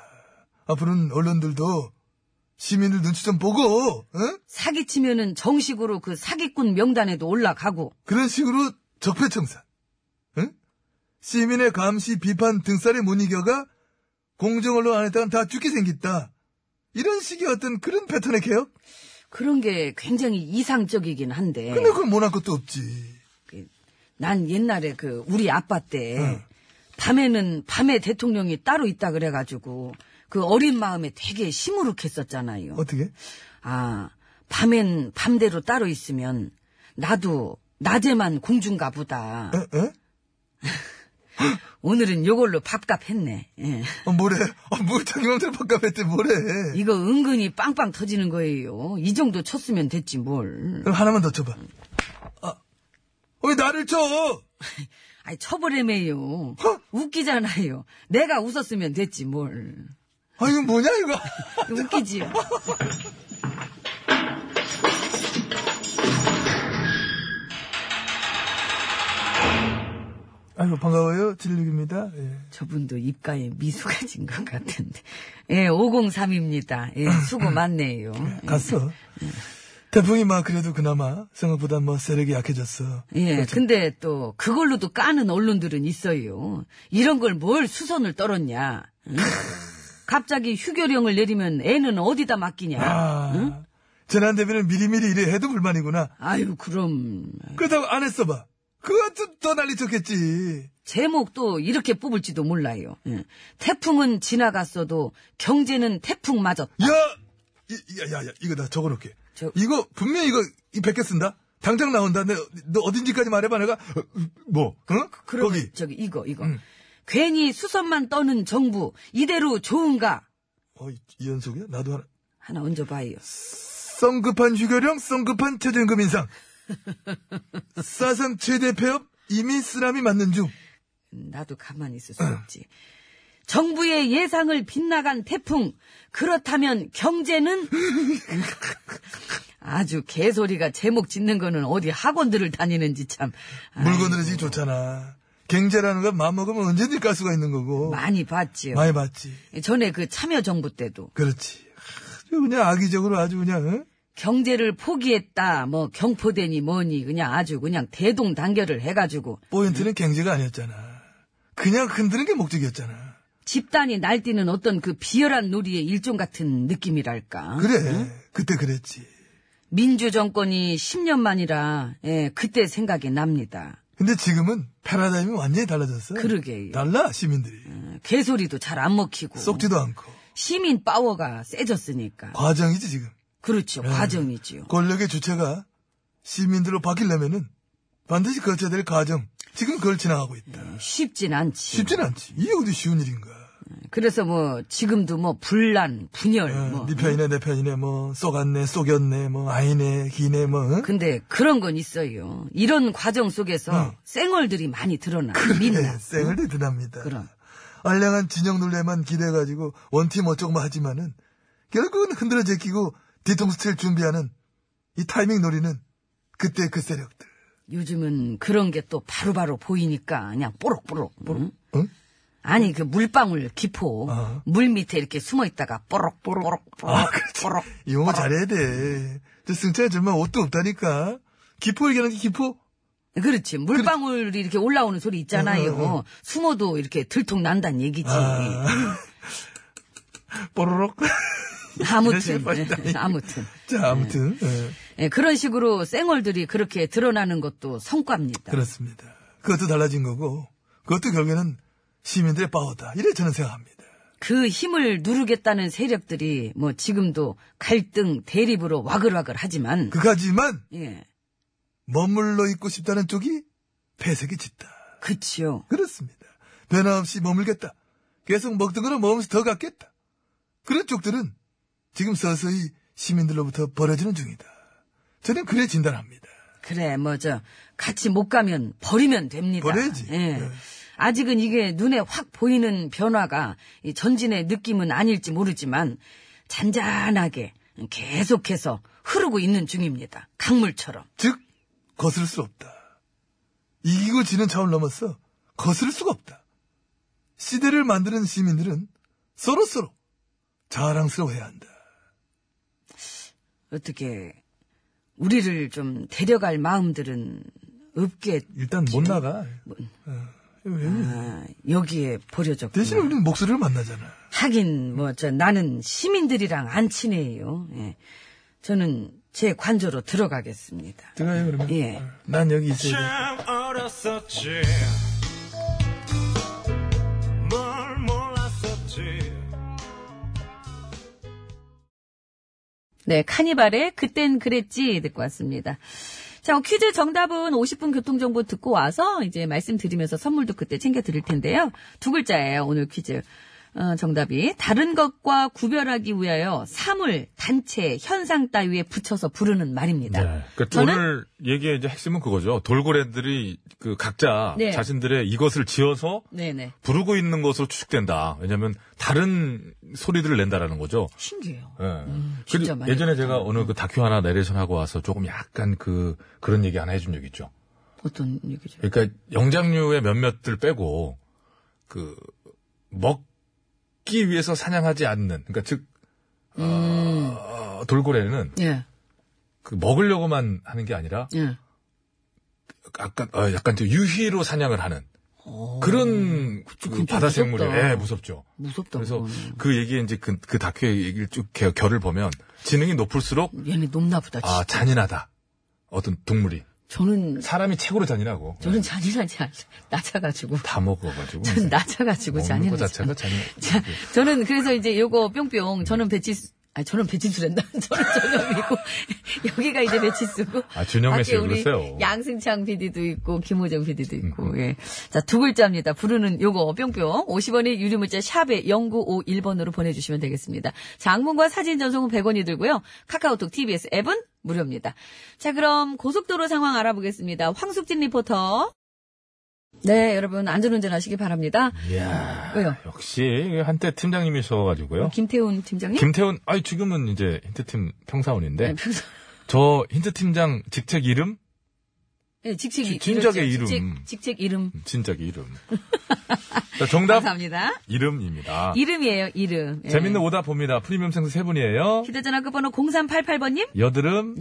[SPEAKER 3] 앞으로는 언론들도 시민들 눈치 좀 보고 어?
[SPEAKER 2] 사기치면은 정식으로 그 사기꾼 명단에도 올라가고
[SPEAKER 3] 그런 식으로 적폐청산. 응? 시민의 감시, 비판 등살에 못 이겨가 공정언론 안 했다간 다 죽게 생겼다. 이런 식의 어떤 그런 패턴의 개혁?
[SPEAKER 2] 그런 게 굉장히 이상적이긴 한데
[SPEAKER 3] 근데 그걸 못할 것도 없지.
[SPEAKER 2] 난 옛날에 그 우리 아빠 때
[SPEAKER 3] 응.
[SPEAKER 2] 밤에는 밤에 대통령이 따로 있다 그래가지고 그 어린 마음에 되게 시무룩했었잖아요.
[SPEAKER 3] 어떻게?
[SPEAKER 2] 아, 밤엔 밤대로 따로 있으면 나도 낮에만 공주인가 보다.
[SPEAKER 3] 에? 에?
[SPEAKER 2] [laughs] 오늘은 요걸로 밥값 했네. 예.
[SPEAKER 3] 어, 뭐래? 어, 뭐 자기 맘대로 바꿔봤대 뭐래?
[SPEAKER 2] 이거 은근히 빵빵 터지는 거예요. 이 정도 쳤으면 됐지 뭘.
[SPEAKER 3] 그럼 하나만 더 쳐봐. 아, 어, 왜 나를 쳐?
[SPEAKER 2] 아이 처벌해매요.
[SPEAKER 3] 헉!
[SPEAKER 2] 웃기잖아요. 내가 웃었으면 됐지 뭘.
[SPEAKER 3] 아, 이거 뭐냐, 이거? [laughs]
[SPEAKER 2] 웃기지요.
[SPEAKER 3] 아이고, 반가워요. 진륙입니다. 예.
[SPEAKER 2] 저분도 입가에 미소가 [laughs] 진 것 같은데. 예, 503입니다. 예,
[SPEAKER 3] 음.
[SPEAKER 2] 수고 많네요. 예.
[SPEAKER 3] 갔어. 태풍이 막 그래도 그나마 생각보다 뭐 세력이 약해졌어.
[SPEAKER 2] 예, 근데 또 그걸로도 까는 언론들은 있어요. 이런 걸 뭘 수선을 떨었냐. 응? 갑자기 휴교령을 내리면 애는 어디다 맡기냐.
[SPEAKER 3] 아, 재난 대비는 미리미리 이래 해도 불만이구나.
[SPEAKER 2] 아유, 그럼
[SPEAKER 3] 그렇다고 안 했어 봐. 그것도 더 난리 쳤겠지.
[SPEAKER 2] 제목도 이렇게 뽑을지도 몰라요. 예. 태풍은 지나갔어도 경제는 태풍 맞았다.
[SPEAKER 3] 야, 이, 야, 야, 야, 이거 나 적어놓게.
[SPEAKER 2] 저-
[SPEAKER 3] 이거 분명히 이거 이 100개 쓴다. 당장 나온다. 내, 너 어딘지까지 말해봐. 내가 어, 뭐, 응?
[SPEAKER 2] 그러면
[SPEAKER 3] 거기. 음.
[SPEAKER 2] 저기 이거 이거. 괜히 수선만 떠는 정부 이대로 좋은가?
[SPEAKER 3] 어, 이, 이 연속이야? 나도 하나.
[SPEAKER 2] 하나 얹어봐요.
[SPEAKER 3] 성급한 휴교령, 성급한 최저임금
[SPEAKER 2] [laughs]
[SPEAKER 3] 인상. 사상 최대 폐업, 이미 쓰나미 맞는 중.
[SPEAKER 2] 나도 가만히 있을 수 없지. 정부의 예상을 빗나간 태풍. 그렇다면 경제는? [laughs] 아주 개소리가 제목 짓는 거는 어디 학원들을 다니는지 참. 아,
[SPEAKER 3] 물건들은 지 좋잖아. 경제라는 건 마음먹으면 언제든지 깔 수가 있는 거고.
[SPEAKER 2] 많이 봤지요.
[SPEAKER 3] 많이 봤지.
[SPEAKER 2] 전에 그 참여정부 때도
[SPEAKER 3] 그렇지. 아주 그냥 악의적으로 아주 그냥, 응?
[SPEAKER 2] 경제를 포기했다, 뭐 경포대니 뭐니 그냥 아주 그냥 대동단결을 해가지고
[SPEAKER 3] 포인트는 경제가 아니었잖아. 그냥 흔드는 게 목적이었잖아.
[SPEAKER 2] 집단이 날뛰는 어떤 그 비열한 놀이의 일종 같은 느낌이랄까.
[SPEAKER 3] 그래.
[SPEAKER 2] 예?
[SPEAKER 3] 그때 그랬지.
[SPEAKER 2] 민주정권이 10년 만이라, 예, 그때 생각이 납니다.
[SPEAKER 3] 근데 지금은 패러다임이 완전히 달라졌어.
[SPEAKER 2] 그러게요. 예.
[SPEAKER 3] 달라, 시민들이.
[SPEAKER 2] 개소리도 잘 안 먹히고.
[SPEAKER 3] 썩지도 않고.
[SPEAKER 2] 시민 파워가 세졌으니까.
[SPEAKER 3] 과정이지, 지금.
[SPEAKER 2] 그렇죠.
[SPEAKER 3] 예.
[SPEAKER 2] 과정이지요.
[SPEAKER 3] 권력의 주체가 시민들로 바뀌려면은 반드시 거쳐야 될 과정. 지금 그걸 지나가고 있다.
[SPEAKER 2] 예. 쉽진 않지.
[SPEAKER 3] 쉽진 않지. 이게 어디 쉬운 일인가.
[SPEAKER 2] 그래서 뭐, 지금도 뭐, 분란, 분열,
[SPEAKER 3] 어,
[SPEAKER 2] 뭐.
[SPEAKER 3] 네 편이네, 내 편이네, 뭐, 쏘갔네, 쏘겼네, 뭐, 아이네, 기네, 뭐. 응?
[SPEAKER 2] 근데 그런 건 있어요. 이런 과정 속에서 쌩얼들이 많이 드러나.
[SPEAKER 3] 네,
[SPEAKER 2] 민낯.
[SPEAKER 10] [laughs]
[SPEAKER 3] 쌩을 대단합니다.
[SPEAKER 2] 그럼.
[SPEAKER 3] 알량한 진영 논리에만 기대가지고 원팀 어쩌고만 하지만은 결국은 흔들어 제끼고 뒤통수 칠 준비하는 이 타이밍 놀이는 그때 그 세력들.
[SPEAKER 2] 요즘은 그런 게 또 바로바로 보이니까 그냥 뽀록뽀록. 응?
[SPEAKER 3] 응?
[SPEAKER 2] 아니 그 물방울 기포
[SPEAKER 3] 아.
[SPEAKER 2] 물 밑에 이렇게 숨어 있다가 뽀록뽀록 뽀록뽀록
[SPEAKER 10] 아,
[SPEAKER 2] 뽀록.
[SPEAKER 3] 이용어 잘해야 돼. 저 승차에 절만 옷도 없다니까. 기포 얘기하는 게 기포?
[SPEAKER 2] 그렇지. 물방울이 이렇게 올라오는 소리 있잖아요. 숨어도 이렇게 들통 난다는 얘기지.
[SPEAKER 10] 아. [laughs] 뽀로록.
[SPEAKER 2] [laughs] 아무튼. 예,
[SPEAKER 10] 뻔했다, 이거.
[SPEAKER 2] 아무튼.
[SPEAKER 10] 자, 아무튼. 예,
[SPEAKER 2] 예, 그런 식으로 쌩얼들이 그렇게 드러나는 것도 성과입니다.
[SPEAKER 10] 그렇습니다. 그것도 달라진 거고, 그것도 결국에는 시민들의 파워다. 이래 저는 생각합니다.
[SPEAKER 2] 그 힘을 누르겠다는 세력들이 뭐 지금도 갈등, 대립으로 와글와글 하지만.
[SPEAKER 10] 그가지만,
[SPEAKER 2] 예.
[SPEAKER 10] 머물러 있고 싶다는 쪽이 폐색이 짙다.
[SPEAKER 2] 그치요.
[SPEAKER 10] 그렇습니다. 변함없이 머물겠다. 계속 먹던 거는 먹으면서 더 갖겠다. 그런 쪽들은 지금 서서히 시민들로부터 버려지는 중이다. 저는 그래 진단합니다.
[SPEAKER 2] 그래, 뭐, 저, 같이 못 가면 버리면 됩니다.
[SPEAKER 10] 버려야지.
[SPEAKER 2] 예.
[SPEAKER 10] 네.
[SPEAKER 2] 아직은 이게 눈에 확 보이는 변화가 이 전진의 느낌은 아닐지 모르지만 잔잔하게 계속해서 흐르고 있는 중입니다. 강물처럼.
[SPEAKER 10] 즉, 거스를 수 없다. 이기고 지는 차원 넘어서 거스를 수가 없다. 시대를 만드는 시민들은 서로서로 자랑스러워해야 한다.
[SPEAKER 2] 어떻게, 우리를 좀 데려갈 마음들은 없게,
[SPEAKER 10] 일단 못 나가.
[SPEAKER 2] 아, 여기에 버려졌고.
[SPEAKER 10] 대신 에 우리는 목소리를 만나잖아.
[SPEAKER 2] 하긴 뭐 저 나는 시민들이랑 안 친해요. 예. 저는 제 관저로 들어가겠습니다.
[SPEAKER 10] 들어가요, 그러면.
[SPEAKER 2] 예.
[SPEAKER 10] 난 여기 있어야 돼.
[SPEAKER 11] 참 어렸었지 뭘 몰랐었지
[SPEAKER 2] 네, 카니발의 그땐 그랬지 듣고 왔습니다. 자, 어, 퀴즈 정답은 50분 교통정보 듣고 와서 이제 말씀드리면서 선물도 그때 챙겨드릴 텐데요. 두 글자예요, 오늘 퀴즈. 어, 정답이 다른 것과 구별하기 위하여 사물, 단체, 현상 따위에 붙여서 부르는 말입니다.
[SPEAKER 3] 그러니까
[SPEAKER 2] 저는-
[SPEAKER 3] 오늘 얘기의 이제 핵심은 그거죠. 돌고래들이 그 각자
[SPEAKER 2] 네.
[SPEAKER 3] 자신들의 이것을 지어서
[SPEAKER 2] 네네.
[SPEAKER 3] 부르고 있는 것으로 추측된다. 왜냐하면 다른 소리들을 낸다라는 거죠.
[SPEAKER 2] 신기해요.
[SPEAKER 3] 예.
[SPEAKER 2] 음, 진짜
[SPEAKER 3] 그리고
[SPEAKER 2] 많이 그렇죠.
[SPEAKER 3] 예전에
[SPEAKER 2] 했다.
[SPEAKER 3] 제가 어느 그 다큐 하나 내레이션 하고 와서 조금 약간 그 그런 얘기 하나 해준 적 있죠.
[SPEAKER 2] 어떤 얘기죠?
[SPEAKER 3] 그러니까 영장류의 몇몇들 빼고 그 먹기 위해서 사냥하지 않는 그러니까 즉
[SPEAKER 2] 음.
[SPEAKER 3] 어, 돌고래는
[SPEAKER 2] 예,
[SPEAKER 3] 그 먹으려고만 하는 게 아니라
[SPEAKER 2] 예.
[SPEAKER 3] 아까 어, 약간 좀 유희로 사냥을 하는 그런 그
[SPEAKER 2] 어. 그건 좀
[SPEAKER 3] 바다 생물이
[SPEAKER 2] 무섭다.
[SPEAKER 3] 예, 무섭죠.
[SPEAKER 2] 무섭다.
[SPEAKER 3] 그래서
[SPEAKER 2] 그거는.
[SPEAKER 3] 그 얘기 이제 그, 그 다큐의 얘기를 쭉 겨- 결을 보면 지능이 높을수록
[SPEAKER 2] 얘네 높나 보다.
[SPEAKER 3] 아
[SPEAKER 2] 진짜.
[SPEAKER 3] 잔인하다 어떤 동물이
[SPEAKER 2] 저는
[SPEAKER 3] 사람이 최고로 잔인하고
[SPEAKER 2] 저는 잔인하지 않죠. 낮아가지고.
[SPEAKER 3] 다 먹어가지고
[SPEAKER 2] 저는 낮아가지고
[SPEAKER 3] 먹는 거
[SPEAKER 2] 잔인하지.
[SPEAKER 3] 자체가 잔인.
[SPEAKER 2] 자, 저는 그래서 이제 요거 뿅뿅. 저는 배치수. 아, 저는 배치수랜다. [laughs] 저는 전염이고 여기가 이제 배치수고.
[SPEAKER 3] 아, 준영배 씨
[SPEAKER 2] 밖에 우리
[SPEAKER 3] 그러세요.
[SPEAKER 2] 양승창 PD도 있고 김호정 PD도
[SPEAKER 3] 음,
[SPEAKER 2] 있고. 예. 자, 두 글자입니다. 부르는 요거 뿅뿅. 50원의 유료 문자 샵에 0951번으로 보내 주시면 되겠습니다. 장문과 사진 전송은 100원이 들고요. 카카오톡 TBS 앱은 무료입니다. 자, 그럼 고속도로 상황 알아보겠습니다. 황숙진 리포터. 네, 여러분 안전운전 하시기 바랍니다.
[SPEAKER 3] 이야,
[SPEAKER 2] 왜요?
[SPEAKER 3] 역시 한때 팀장님이셔가지고요.
[SPEAKER 2] 김태훈 팀장님.
[SPEAKER 3] 김태훈, 아니 지금은 이제 힌트팀 평사원인데
[SPEAKER 2] 네, [laughs] 평소-
[SPEAKER 3] 저 힌트팀장 직책 이름
[SPEAKER 2] 네, 직책이
[SPEAKER 3] 지- 진작의
[SPEAKER 2] 이렇죠.
[SPEAKER 3] 이름. 음.
[SPEAKER 2] 직책, 직책 이름.
[SPEAKER 3] 진작 이름. 자, 정답
[SPEAKER 2] 감사합니다.
[SPEAKER 3] 이름입니다.
[SPEAKER 2] 이름이에요, 이름. 예.
[SPEAKER 3] 재밌는 오답 봅니다. 프리미엄 생수 세 분이에요.
[SPEAKER 2] 휴대전화 끝번호 0388번님,
[SPEAKER 3] 여드름,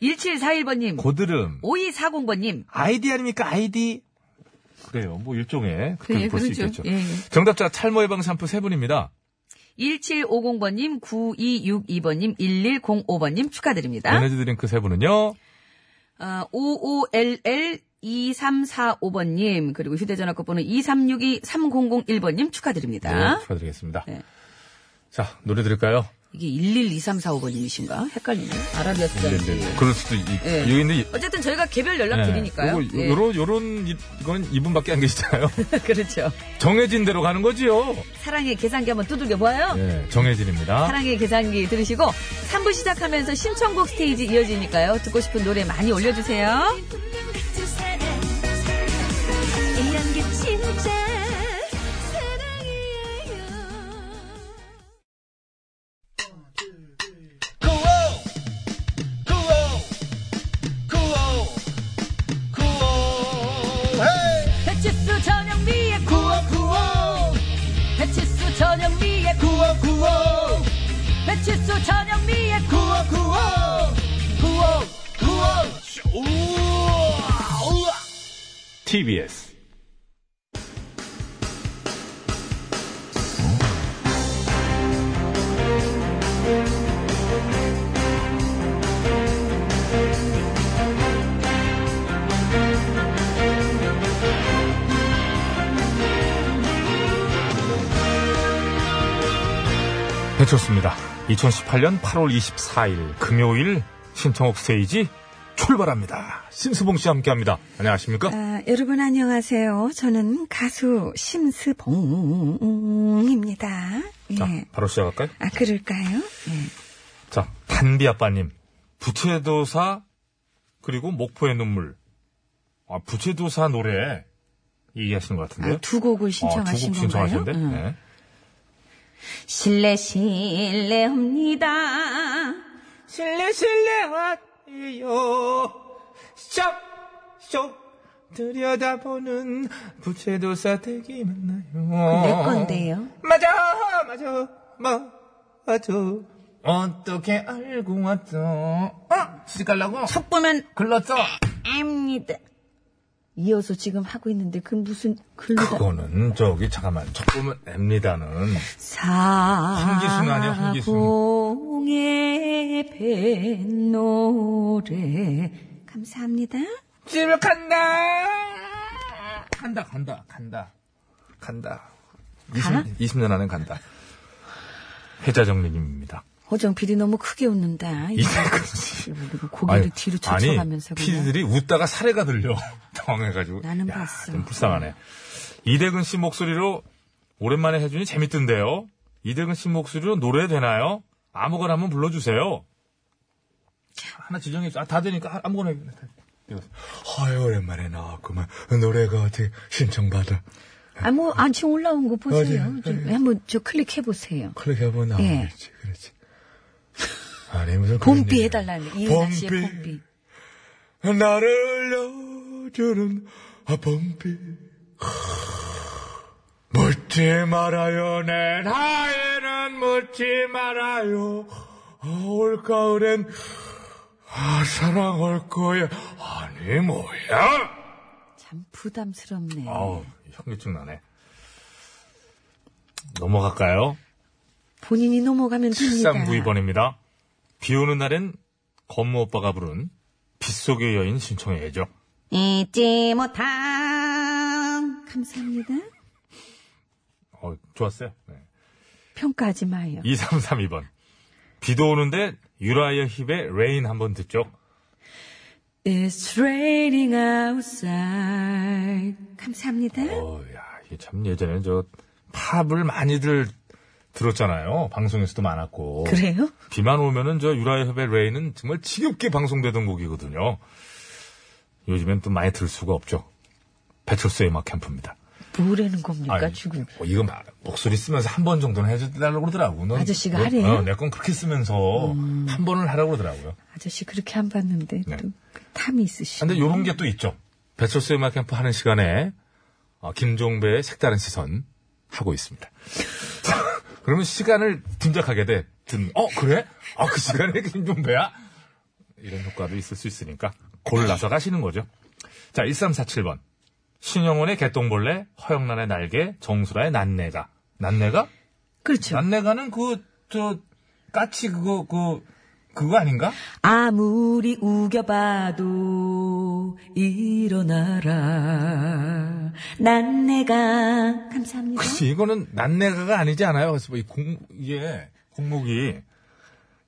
[SPEAKER 2] 1741번님,
[SPEAKER 3] 고드름.
[SPEAKER 2] 5240번님.
[SPEAKER 3] 아이디 아닙니까 아이디? 그래요. 뭐 일종의 그렇게
[SPEAKER 2] 그래,
[SPEAKER 3] 볼 수
[SPEAKER 2] 그러죠.
[SPEAKER 3] 있겠죠.
[SPEAKER 2] 예, 예.
[SPEAKER 3] 정답자 탈모 예방 샴푸 세 분입니다.
[SPEAKER 2] 1750번님, 9262번님, 1105번님 축하드립니다.
[SPEAKER 3] 에너지 드링크 그 세 분은요.
[SPEAKER 2] 어, 55LL2345번님, 그리고 휴대전화 끝번호 23623001번님 축하드립니다.
[SPEAKER 3] 네, 축하드리겠습니다.
[SPEAKER 2] 네.
[SPEAKER 3] 자 노래 들을까요?
[SPEAKER 2] 이게 112345번님이신가? 헷갈리네. 아라비아 수잔지.
[SPEAKER 3] 그럴 수도 있.
[SPEAKER 2] 예.
[SPEAKER 3] 여기 있는데 네.
[SPEAKER 2] 어쨌든 저희가 개별 연락 드리니까요.
[SPEAKER 3] 요거,
[SPEAKER 2] 예.
[SPEAKER 3] 요런 요런 이- 이건 이분밖에 안
[SPEAKER 2] [laughs]
[SPEAKER 3] 계시잖아요.
[SPEAKER 2] 그렇죠.
[SPEAKER 3] 정해진 대로 가는 거지요.
[SPEAKER 2] 사랑의 계산기 한번 두들겨 봐요.
[SPEAKER 3] 예, 정해진입니다.
[SPEAKER 2] 사랑의 계산기 들으시고 3부 시작하면서 신청곡 스테이지 이어지니까요. 듣고 싶은 노래 많이 올려주세요.
[SPEAKER 5] 분명 같은 사랑 이런 게 진짜 사랑이에요
[SPEAKER 2] 배치수 전영미의 9595 배치수 전영미의 9595 배치수 전영미의 9595
[SPEAKER 8] 우와, 우와. TBS
[SPEAKER 3] 네, 해쳤습니다. 2018년 8월 24일 금요일 신청옥 스테이지 출발합니다. 신수봉 씨와 함께합니다. 안녕하십니까?
[SPEAKER 12] 아, 여러분 안녕하세요. 저는 가수 심스봉입니다. 예.
[SPEAKER 3] 자,
[SPEAKER 2] 네.
[SPEAKER 3] 바로 시작할까요?
[SPEAKER 12] 아 그럴까요?
[SPEAKER 3] 자, 단비 아빠님. 부채도사, 그리고 목포의 눈물. 아, 부채도사 노래 얘기하시는 것 같은데요?
[SPEAKER 2] 아, 두 곡을 신청하신
[SPEAKER 3] 네. 두곡
[SPEAKER 12] 어.
[SPEAKER 2] 건가요? 음.
[SPEAKER 3] 신청하셨는데?
[SPEAKER 2] 응.
[SPEAKER 3] 네.
[SPEAKER 2] 실례 실례합니다.
[SPEAKER 1] 실례 실례하세요. 쇽쇽 들여다보는 부채도사 댁이 만나요.
[SPEAKER 3] 어.
[SPEAKER 2] 내 건데요.
[SPEAKER 1] 맞아 맞아 맞아. 어떻게 알고 왔어? 어? 시집 갈라고?
[SPEAKER 2] 첫 보면
[SPEAKER 1] 글렀어.
[SPEAKER 2] 압니다. 이어서 지금 하고 있는데 그 무슨 글로
[SPEAKER 3] 그거는 저기 잠깐만 첫 보면 앱니다는
[SPEAKER 2] 사기순
[SPEAKER 3] 홍기순 아니야, 홍기순.
[SPEAKER 2] 봉의 뱃노래
[SPEAKER 12] 감사합니다.
[SPEAKER 1] 집을 간다. 간다 간다 간다 간다.
[SPEAKER 3] 20, 20년 안에 간다. 혜자정리님입니다.
[SPEAKER 2] 호정 PD 너무 크게 웃는다. 뭐
[SPEAKER 3] 이제까지.
[SPEAKER 2] 그리고 고개를 뒤로 젖혀가면서
[SPEAKER 3] 아니,
[SPEAKER 2] 그냥.
[SPEAKER 3] 피디들이 웃다가 사례가 들려. [laughs] 당황해가지고.
[SPEAKER 2] 나는
[SPEAKER 3] 야,
[SPEAKER 2] 봤어.
[SPEAKER 3] 좀 불쌍하네. 이대근 씨 목소리로 오랜만에 해주니 재밌던데요. 이대근 씨 목소리로 노래 되나요? 아무거나 한번 불러주세요.
[SPEAKER 1] 하나 지정해 줘. 아, 다 되니까 아무거나 해.
[SPEAKER 3] 아유, 오랜만에 나왔구만. 노래가 어떻게 신청받아.
[SPEAKER 2] 아, 뭐, 아, 지금 올라온 거
[SPEAKER 3] 어, 네,
[SPEAKER 2] 보세요. 좀 한번 저 클릭해보세요.
[SPEAKER 3] 클릭해보면
[SPEAKER 2] 예.
[SPEAKER 3] 나오겠지. 그렇지. 아니, 무슨. 그런
[SPEAKER 2] 봄비
[SPEAKER 3] 얘기야.
[SPEAKER 2] 해달라는, 이은하 씨의
[SPEAKER 3] 봄비.
[SPEAKER 2] 봄비.
[SPEAKER 3] 나를 알려주는 아 봄비 묻지 말아요 내 나이는 묻지 말아요 아, 올가을엔 아, 사랑 올 거야 아니 뭐야
[SPEAKER 2] 참 부담스럽네.
[SPEAKER 3] 아우 현기증 나네 넘어갈까요?
[SPEAKER 2] 본인이 넘어가면 됩니다.
[SPEAKER 3] 7392번입니다 비 오는 날엔 건무 오빠가 부른 빗속의 여인 신청해야죠
[SPEAKER 2] 잊지 못한.
[SPEAKER 12] 감사합니다.
[SPEAKER 3] 어, 좋았어요 네.
[SPEAKER 2] 평가하지 마요.
[SPEAKER 3] 2332번. 비도 오는데 유라이어 힙의 레인 한번 듣죠.
[SPEAKER 2] It's raining outside.
[SPEAKER 12] 감사합니다.
[SPEAKER 3] 어, 야, 이게 참 예전에 저 팝을 많이들 들었잖아요. 방송에서도 많았고.
[SPEAKER 2] 그래요?
[SPEAKER 3] 비만 오면은 저 유라이어 힙의 레인은 정말 지겹게 방송되던 곡이거든요. 요즘엔 또 많이 들을 수가 없죠. 배철수의 음악 캠프입니다.
[SPEAKER 2] 뭐라는 겁니까, 그러니까 지금?
[SPEAKER 3] 어, 이거 말- 목소리 쓰면서 한 번 정도는 해달라고 그러더라고. 넌-
[SPEAKER 2] 아저씨가
[SPEAKER 3] 넌-
[SPEAKER 2] 하래요? 음.
[SPEAKER 3] 어, 내건 그렇게 쓰면서 한 번을 하라고 그러더라고요.
[SPEAKER 2] 아저씨 그렇게 안 봤는데,
[SPEAKER 3] 네.
[SPEAKER 2] 또, 그 탐이 있으시네.
[SPEAKER 3] 근데 요런 게 또 있죠. 배철수의 음악 캠프 하는 시간에 어, 김종배의 색다른 시선 하고 있습니다. 자, [laughs] 그러면 시간을 짐작하게 돼. 든, 어, 그래? 아, 그 시간에 [laughs] 김종배야? 이런 효과도 있을 수 있으니까 골라서 가시는 거죠. 자, 1347번. 신영원의 개똥벌레, 허영란의 날개, 정수라의 난내가. 난내가?
[SPEAKER 2] 그렇죠.
[SPEAKER 3] 난내가는 그, 저, 까치 그거, 그, 그거 아닌가?
[SPEAKER 2] 아무리 우겨봐도 일어나라. 난 내가 감사합니다.
[SPEAKER 3] 그치, 이거는 난내가가 아니지 않아요? 그래서 뭐이 공, 이게, 공목이.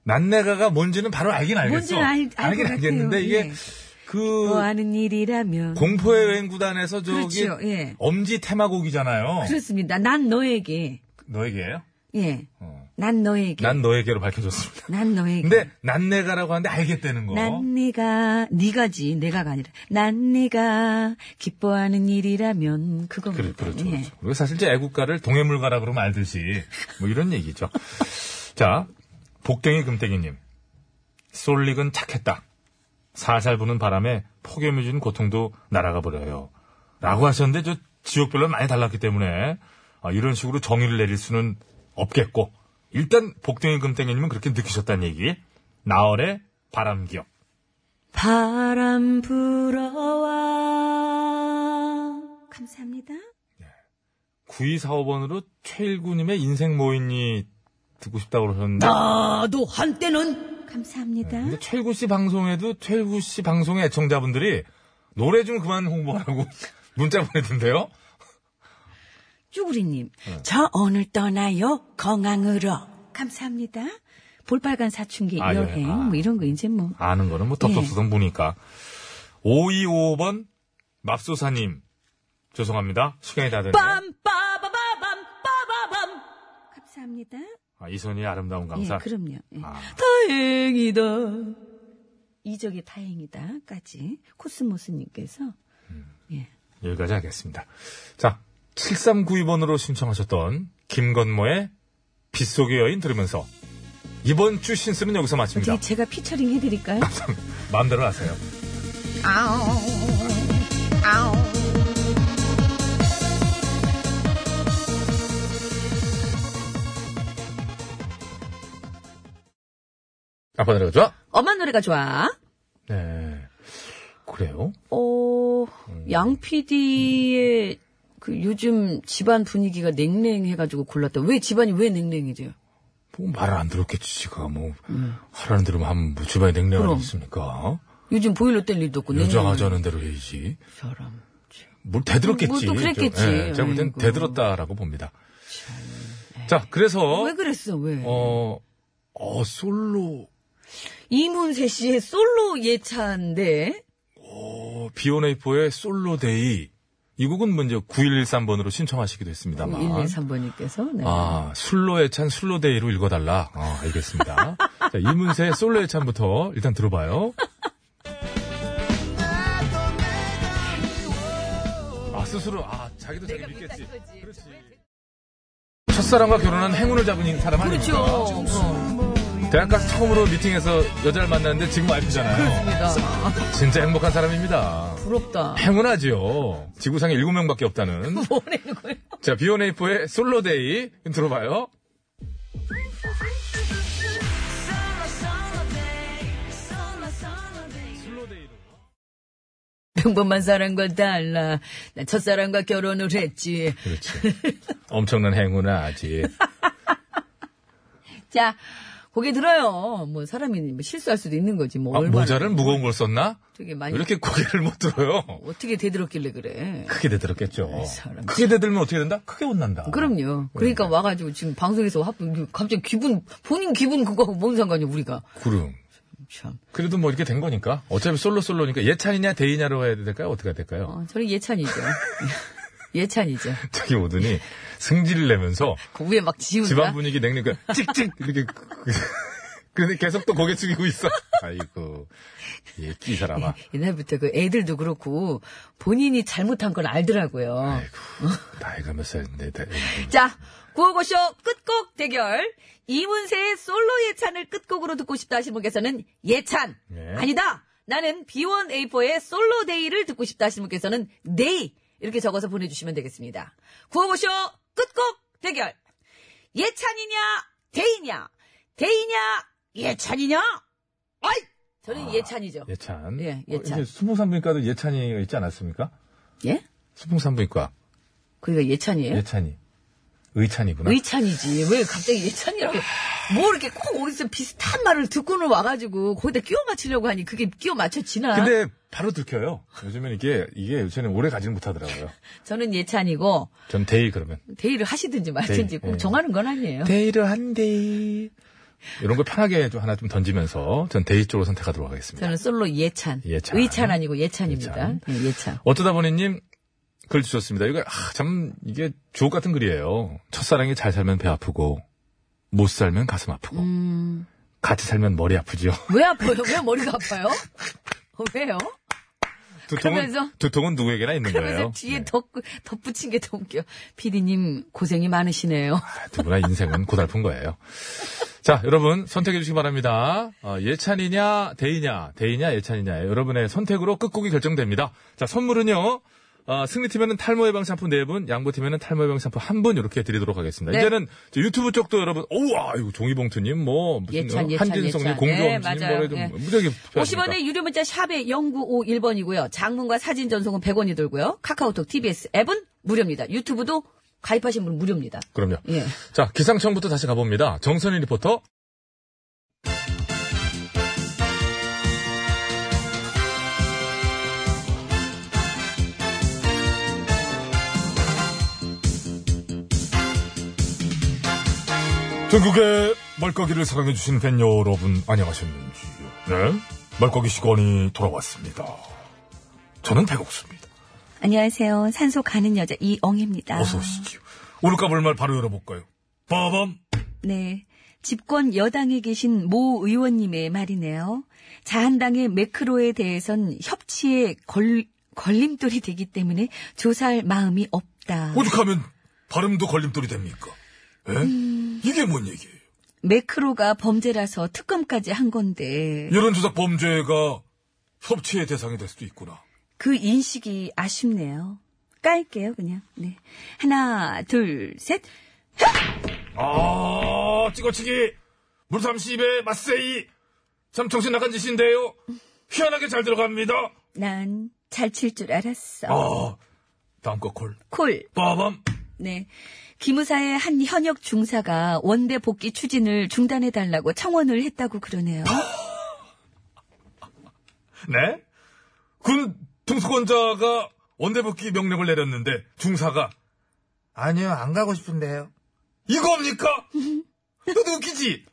[SPEAKER 3] 난내가가 뭔지는 바로 알긴 알겠어.
[SPEAKER 2] 뭔지는 알- 알것
[SPEAKER 3] 긴
[SPEAKER 2] 같아요.
[SPEAKER 3] 알겠는데, 이게,
[SPEAKER 2] 예.
[SPEAKER 3] 그,
[SPEAKER 2] 뭐 하는 일이라면
[SPEAKER 3] 공포의 여행구단에서 저기,
[SPEAKER 2] 그렇죠, 예.
[SPEAKER 3] 엄지 테마곡이잖아요.
[SPEAKER 2] 그렇습니다. 난 너에게
[SPEAKER 3] 너에게요?
[SPEAKER 2] 예.
[SPEAKER 3] 어.
[SPEAKER 2] 난 너에게
[SPEAKER 3] 난 너에게로 밝혀줬습니다.
[SPEAKER 2] 난 너에게
[SPEAKER 3] 근데, 난내가라고 하는데 알겠다는 거.
[SPEAKER 2] 난 네가 네가지 내가가 아니라 난 네가 기뻐하는 일이라면 그겁니다.
[SPEAKER 3] 그래, 그렇죠,
[SPEAKER 2] 예.
[SPEAKER 3] 그렇죠. 그리고 사실 이제 애국가를 동해물가라 그러면 알듯이 뭐 이런 얘기죠. 자, 복댕이 금땡이님. 솔릭은 착했다. 살살 부는 바람에 폭염이 준 고통도 날아가 버려요. 라고 하셨는데 저 지역별로 많이 달랐기 때문에 아, 이런 식으로 정의를 내릴 수는 없겠고 일단 복댕이 금땡이님은 그렇게 느끼셨다는 얘기. 나얼의 바람기억.
[SPEAKER 2] 바람 불어와
[SPEAKER 12] 감사합니다.
[SPEAKER 3] 9245번으로 최일구님의 인생 모인이 듣고 싶다고 그러셨는데.
[SPEAKER 2] 나도 한때는
[SPEAKER 12] 감사합니다.
[SPEAKER 2] 그러니까.
[SPEAKER 3] 근데 최일구 씨 방송에도 최일구 씨 방송의 애청자분들이 노래 좀 그만 홍보하라고 [laughs] 문자 보내던데요?
[SPEAKER 2] 쭈구리님
[SPEAKER 3] 네.
[SPEAKER 2] 저 오늘 떠나요 건강으로
[SPEAKER 12] 감사합니다.
[SPEAKER 2] 볼빨간 사춘기
[SPEAKER 3] 아, 예.
[SPEAKER 2] 여행
[SPEAKER 3] 아.
[SPEAKER 2] 뭐 이런 거 이제 뭐
[SPEAKER 3] 아는 거는 뭐 덥덥수선 보니까. 5255번 맙소사님. 죄송합니다. 시간이 다 됐네요.
[SPEAKER 2] 빰빠바바밤 빠바밤
[SPEAKER 12] 감사합니다.
[SPEAKER 3] 아, 이선희의 아름다운
[SPEAKER 2] 예
[SPEAKER 3] 강사.
[SPEAKER 2] 그럼요 예.
[SPEAKER 3] 아.
[SPEAKER 2] 다행이다 이적이 다행이다까지 코스모스님께서
[SPEAKER 3] 음. 여기까지 하겠습니다. 자, 7392번으로 신청하셨던 김건모의 빗속의 여인 들으면서 이번 주 신스는 여기서 마칩니다.
[SPEAKER 2] 어떻게 제가 피처링 해드릴까요?
[SPEAKER 3] 마음대로 하세요. 아빠 노래가 좋아?
[SPEAKER 2] 엄마 노래가 좋아
[SPEAKER 3] 네. 그래요?
[SPEAKER 2] 어, 양 PD의 그 요즘 집안 분위기가 냉랭해가지고 골랐다. 왜 집안이 왜 냉랭해져요?
[SPEAKER 3] 뭐 말을 안 들었겠지, 지가. 뭐, 하라는 대로 하면 뭐 집안에 냉랭
[SPEAKER 2] 음. 그럼. 네.
[SPEAKER 3] 아니겠습니까?
[SPEAKER 2] 요즘 보일러 뗄 일도 없고 냉랭해.
[SPEAKER 3] 여자하자는 대로 해야지.
[SPEAKER 2] 사람.
[SPEAKER 3] 뭘 대들었겠지.
[SPEAKER 2] 뭐또 그랬겠지.
[SPEAKER 3] 좀, 예, 제가 볼 땐
[SPEAKER 2] 아이고. 네.
[SPEAKER 3] 대들었다라고 봅니다. 자, 그래서,
[SPEAKER 2] 왜 그랬어? 왜?
[SPEAKER 3] 어, 어, 솔로,
[SPEAKER 2] 이문세 씨의 솔로 예찬데
[SPEAKER 3] 어, 비오네이포의 솔로데이. 이 곡은 먼저 9113번으로 신청하시기도 했습니다만.
[SPEAKER 2] 113번님께서 네.
[SPEAKER 3] 아, 술로에 찬 술로데이로 읽어달라. 아, 알겠습니다. [laughs] 자, 이문세의 솔로에 찬부터 일단 들어봐요. 아, 스스로, 아, 자기도 자기 믿겠지. 그렇지. 첫사랑과 결혼한 행운을 잡은 사람
[SPEAKER 2] 그렇죠.
[SPEAKER 3] 아닙니까?
[SPEAKER 2] 어,
[SPEAKER 3] 대학 가서 처음으로 미팅해서 여자를 만났는데 지금 와이프잖아요.
[SPEAKER 2] 그렇습니다.
[SPEAKER 3] 진짜 행복한 사람입니다.
[SPEAKER 2] 부럽다.
[SPEAKER 3] 행운하지요. 지구상에 7명밖에 없다는.
[SPEAKER 2] [laughs] 뭐라는 거예요?
[SPEAKER 3] 자, 비오네이프의 솔로데이 들어봐요.
[SPEAKER 2] 평범한 사랑과 달라. 난 첫사랑과 결혼을 했지.
[SPEAKER 3] 그렇지.
[SPEAKER 2] [laughs]
[SPEAKER 3] 엄청난 행운아, 아직.
[SPEAKER 2] 자, 고개 들어요. 뭐 사람이 뭐 실수할 수도 있는 거지. 뭐
[SPEAKER 3] 아,
[SPEAKER 2] 얼마나
[SPEAKER 3] 모자를 무거운 걸 썼나?
[SPEAKER 2] 되게
[SPEAKER 3] 왜
[SPEAKER 2] 많이
[SPEAKER 3] 이렇게 고개를 못 들어요?
[SPEAKER 2] 어떻게 대들었길래 그래.
[SPEAKER 3] 크게 대들었겠죠.
[SPEAKER 2] 사람
[SPEAKER 3] 크게 대들면 어떻게 된다? 크게 혼난다. 네.
[SPEAKER 2] 그럼요. 그러니까 와가지고 지금 방송에서 화- 갑자기 기분 본인 기분 그거하고 뭔 상관이야 우리가
[SPEAKER 3] 구름.
[SPEAKER 2] 참.
[SPEAKER 3] 그래도 뭐 이렇게 된 거니까. 어차피 솔로 솔로니까 예찬이냐 대이냐로 해야 될까요? 어떻게 해야 될까요?
[SPEAKER 2] 어, 저는 예찬이죠. [laughs] 예찬이죠.
[SPEAKER 3] 저기 오더니 승질을 내면서
[SPEAKER 2] 그 위에 막 지운다.
[SPEAKER 3] 집안 분위기 냉랭 찍찍 이렇게 그- 근데 계속 또 고개 숙이고 있어. 아이고 얘끼 사람아.
[SPEAKER 2] 옛날부터 그 애들도 그렇고 본인이 잘못한 걸 알더라고요.
[SPEAKER 3] 아이고 나이가 몇 살인데 나-
[SPEAKER 2] 자, 구호고쇼 끝곡 대결. 이문세의 솔로 예찬을 끝곡으로 듣고 싶다 하신 분께서는 예찬.
[SPEAKER 3] 네.
[SPEAKER 2] 아니다. 나는 B1A4의 솔로 데이를 듣고 싶다 하신 분께서는 데이. 이렇게 적어서 보내주시면 되겠습니다. 구호고쇼 끝곡 대결. 예찬이냐, 데이냐. 데이냐, 예찬이냐. 아이! 저는 예찬이죠.
[SPEAKER 3] 예찬.
[SPEAKER 2] 예, 예찬.
[SPEAKER 3] 어, 이제 수풍산부인과도 예찬이가 있지 않았습니까?
[SPEAKER 2] 예?
[SPEAKER 3] 수풍산부인과
[SPEAKER 2] 그러니까 예찬이에요?
[SPEAKER 3] 예찬이. 의찬이구나.
[SPEAKER 2] 의찬이지. 왜 갑자기 예찬이라고. 뭐 이렇게 꼭 어디서 비슷한 말을 듣고는 와가지고 거기다 끼워 맞추려고 하니 그게 끼워 맞춰지나?
[SPEAKER 3] 근데 바로 들켜요. 요즘엔 이게 이게 요새는 오래 가지는 못하더라고요.
[SPEAKER 2] 저는 예찬이고
[SPEAKER 3] 전 데이 그러면.
[SPEAKER 2] 데이를 하시든지 말든지
[SPEAKER 3] 데이,
[SPEAKER 2] 꼭
[SPEAKER 3] 예.
[SPEAKER 2] 정하는 건 아니에요.
[SPEAKER 3] 데이를 한 데이. 이런 걸 편하게 좀 하나 좀 던지면서 전 데이 쪽으로 선택하도록 하겠습니다.
[SPEAKER 2] 저는 솔로 예찬.
[SPEAKER 3] 예찬.
[SPEAKER 2] 의찬 아니고 예찬입니다.
[SPEAKER 3] 예찬.
[SPEAKER 2] 예, 예찬.
[SPEAKER 3] 어쩌다 보니님 글 주셨습니다. 이거 아, 참 이게 주옥 같은 글이에요. 첫사랑이 잘 살면 배 아프고 못 살면 가슴 아프고
[SPEAKER 2] 음,
[SPEAKER 3] 같이 살면 머리 아프지요. [laughs]
[SPEAKER 2] 왜 아파요? 왜 머리가 아파요? 어, 왜요?
[SPEAKER 3] 두통은
[SPEAKER 2] 그러면서-
[SPEAKER 3] 두통은 누구에게나 있는
[SPEAKER 2] 그러면서
[SPEAKER 3] 거예요.
[SPEAKER 2] 뒤에
[SPEAKER 3] 네.
[SPEAKER 2] 덧, 덧붙인 게 더 웃겨. 피디님 고생이 많으시네요.
[SPEAKER 3] 아, 누구나 인생은 고달픈 거예요. 자, 여러분 선택해 주시기 바랍니다. 어, 예찬이냐, 대이냐, 대이냐, 예찬이냐 여러분의 선택으로 끝곡이 결정됩니다. 자, 선물은요. 어, 승리팀에는 탈모 예방 샴푸 4분, 양보팀에는 탈모 예방 샴푸 1분 이렇게 드리도록 하겠습니다.
[SPEAKER 2] 네.
[SPEAKER 3] 이제는 저 유튜브 쪽도 여러분, 우와, 이거 종이봉투님, 뭐, 무슨
[SPEAKER 2] 예찬,
[SPEAKER 3] 어,
[SPEAKER 2] 예찬,
[SPEAKER 3] 한진성님,
[SPEAKER 2] 예찬. 네,
[SPEAKER 3] 공주엄님,
[SPEAKER 2] 맞아요.
[SPEAKER 3] 뭐래 좀
[SPEAKER 2] 네.
[SPEAKER 3] 무지하게
[SPEAKER 2] 50원의 유료 문자 샵에 0951번이고요. 장문과 사진 전송은 100원이 들고요. 카카오톡, TBS 앱은 무료입니다. 유튜브도 가입하신 분 무료입니다.
[SPEAKER 3] 그럼요.
[SPEAKER 2] 예.
[SPEAKER 3] 자, 기상청부터 다시 가봅니다. 정선희 리포터. 전국의 말까기를 사랑해주신 팬 여러분, 안녕하셨는지요? 네? 말까기 시간이 돌아왔습니다. 저는 배고프습니다.
[SPEAKER 2] 안녕하세요. 산소 가는 여자 이엉입니다.
[SPEAKER 3] 어서 오시지요. 오늘 까볼 말 바로 열어볼까요? 빠밤!
[SPEAKER 2] 네. 집권 여당에 계신 모 의원님의 말이네요. 자한당의 매크로에 대해선 협치에 걸, 걸림돌이 되기 때문에 조사할 마음이 없다.
[SPEAKER 3] 오죽하면 발음도 걸림돌이 됩니까? 예? 이게 뭔 얘기예요?
[SPEAKER 2] 매크로가 범죄라서 특검까지 한 건데
[SPEAKER 3] 여론조작 범죄가 협치의 대상이 될 수도 있구나.
[SPEAKER 2] 그 인식이 아쉽네요. 깔게요, 그냥. 네. 하나, 둘, 셋.
[SPEAKER 3] 아, 찍어치기! 물삼십에 맞세이! 참 정신 나간 짓인데요. 희한하게 잘 들어갑니다.
[SPEAKER 2] 난 잘 칠 줄 알았어.
[SPEAKER 3] 아, 다음 거 콜.
[SPEAKER 2] 콜.
[SPEAKER 3] 빠밤!
[SPEAKER 2] 네. 기무사의 한 현역 중사가 원대 복귀 추진을 중단해달라고 청원을 했다고 그러네요.
[SPEAKER 3] 네? 군 통수권자가 원대복귀 명령을 내렸는데 중사가
[SPEAKER 1] 아니요, 안 가고 싶은데요.
[SPEAKER 3] 이겁니까? 너도 웃기지?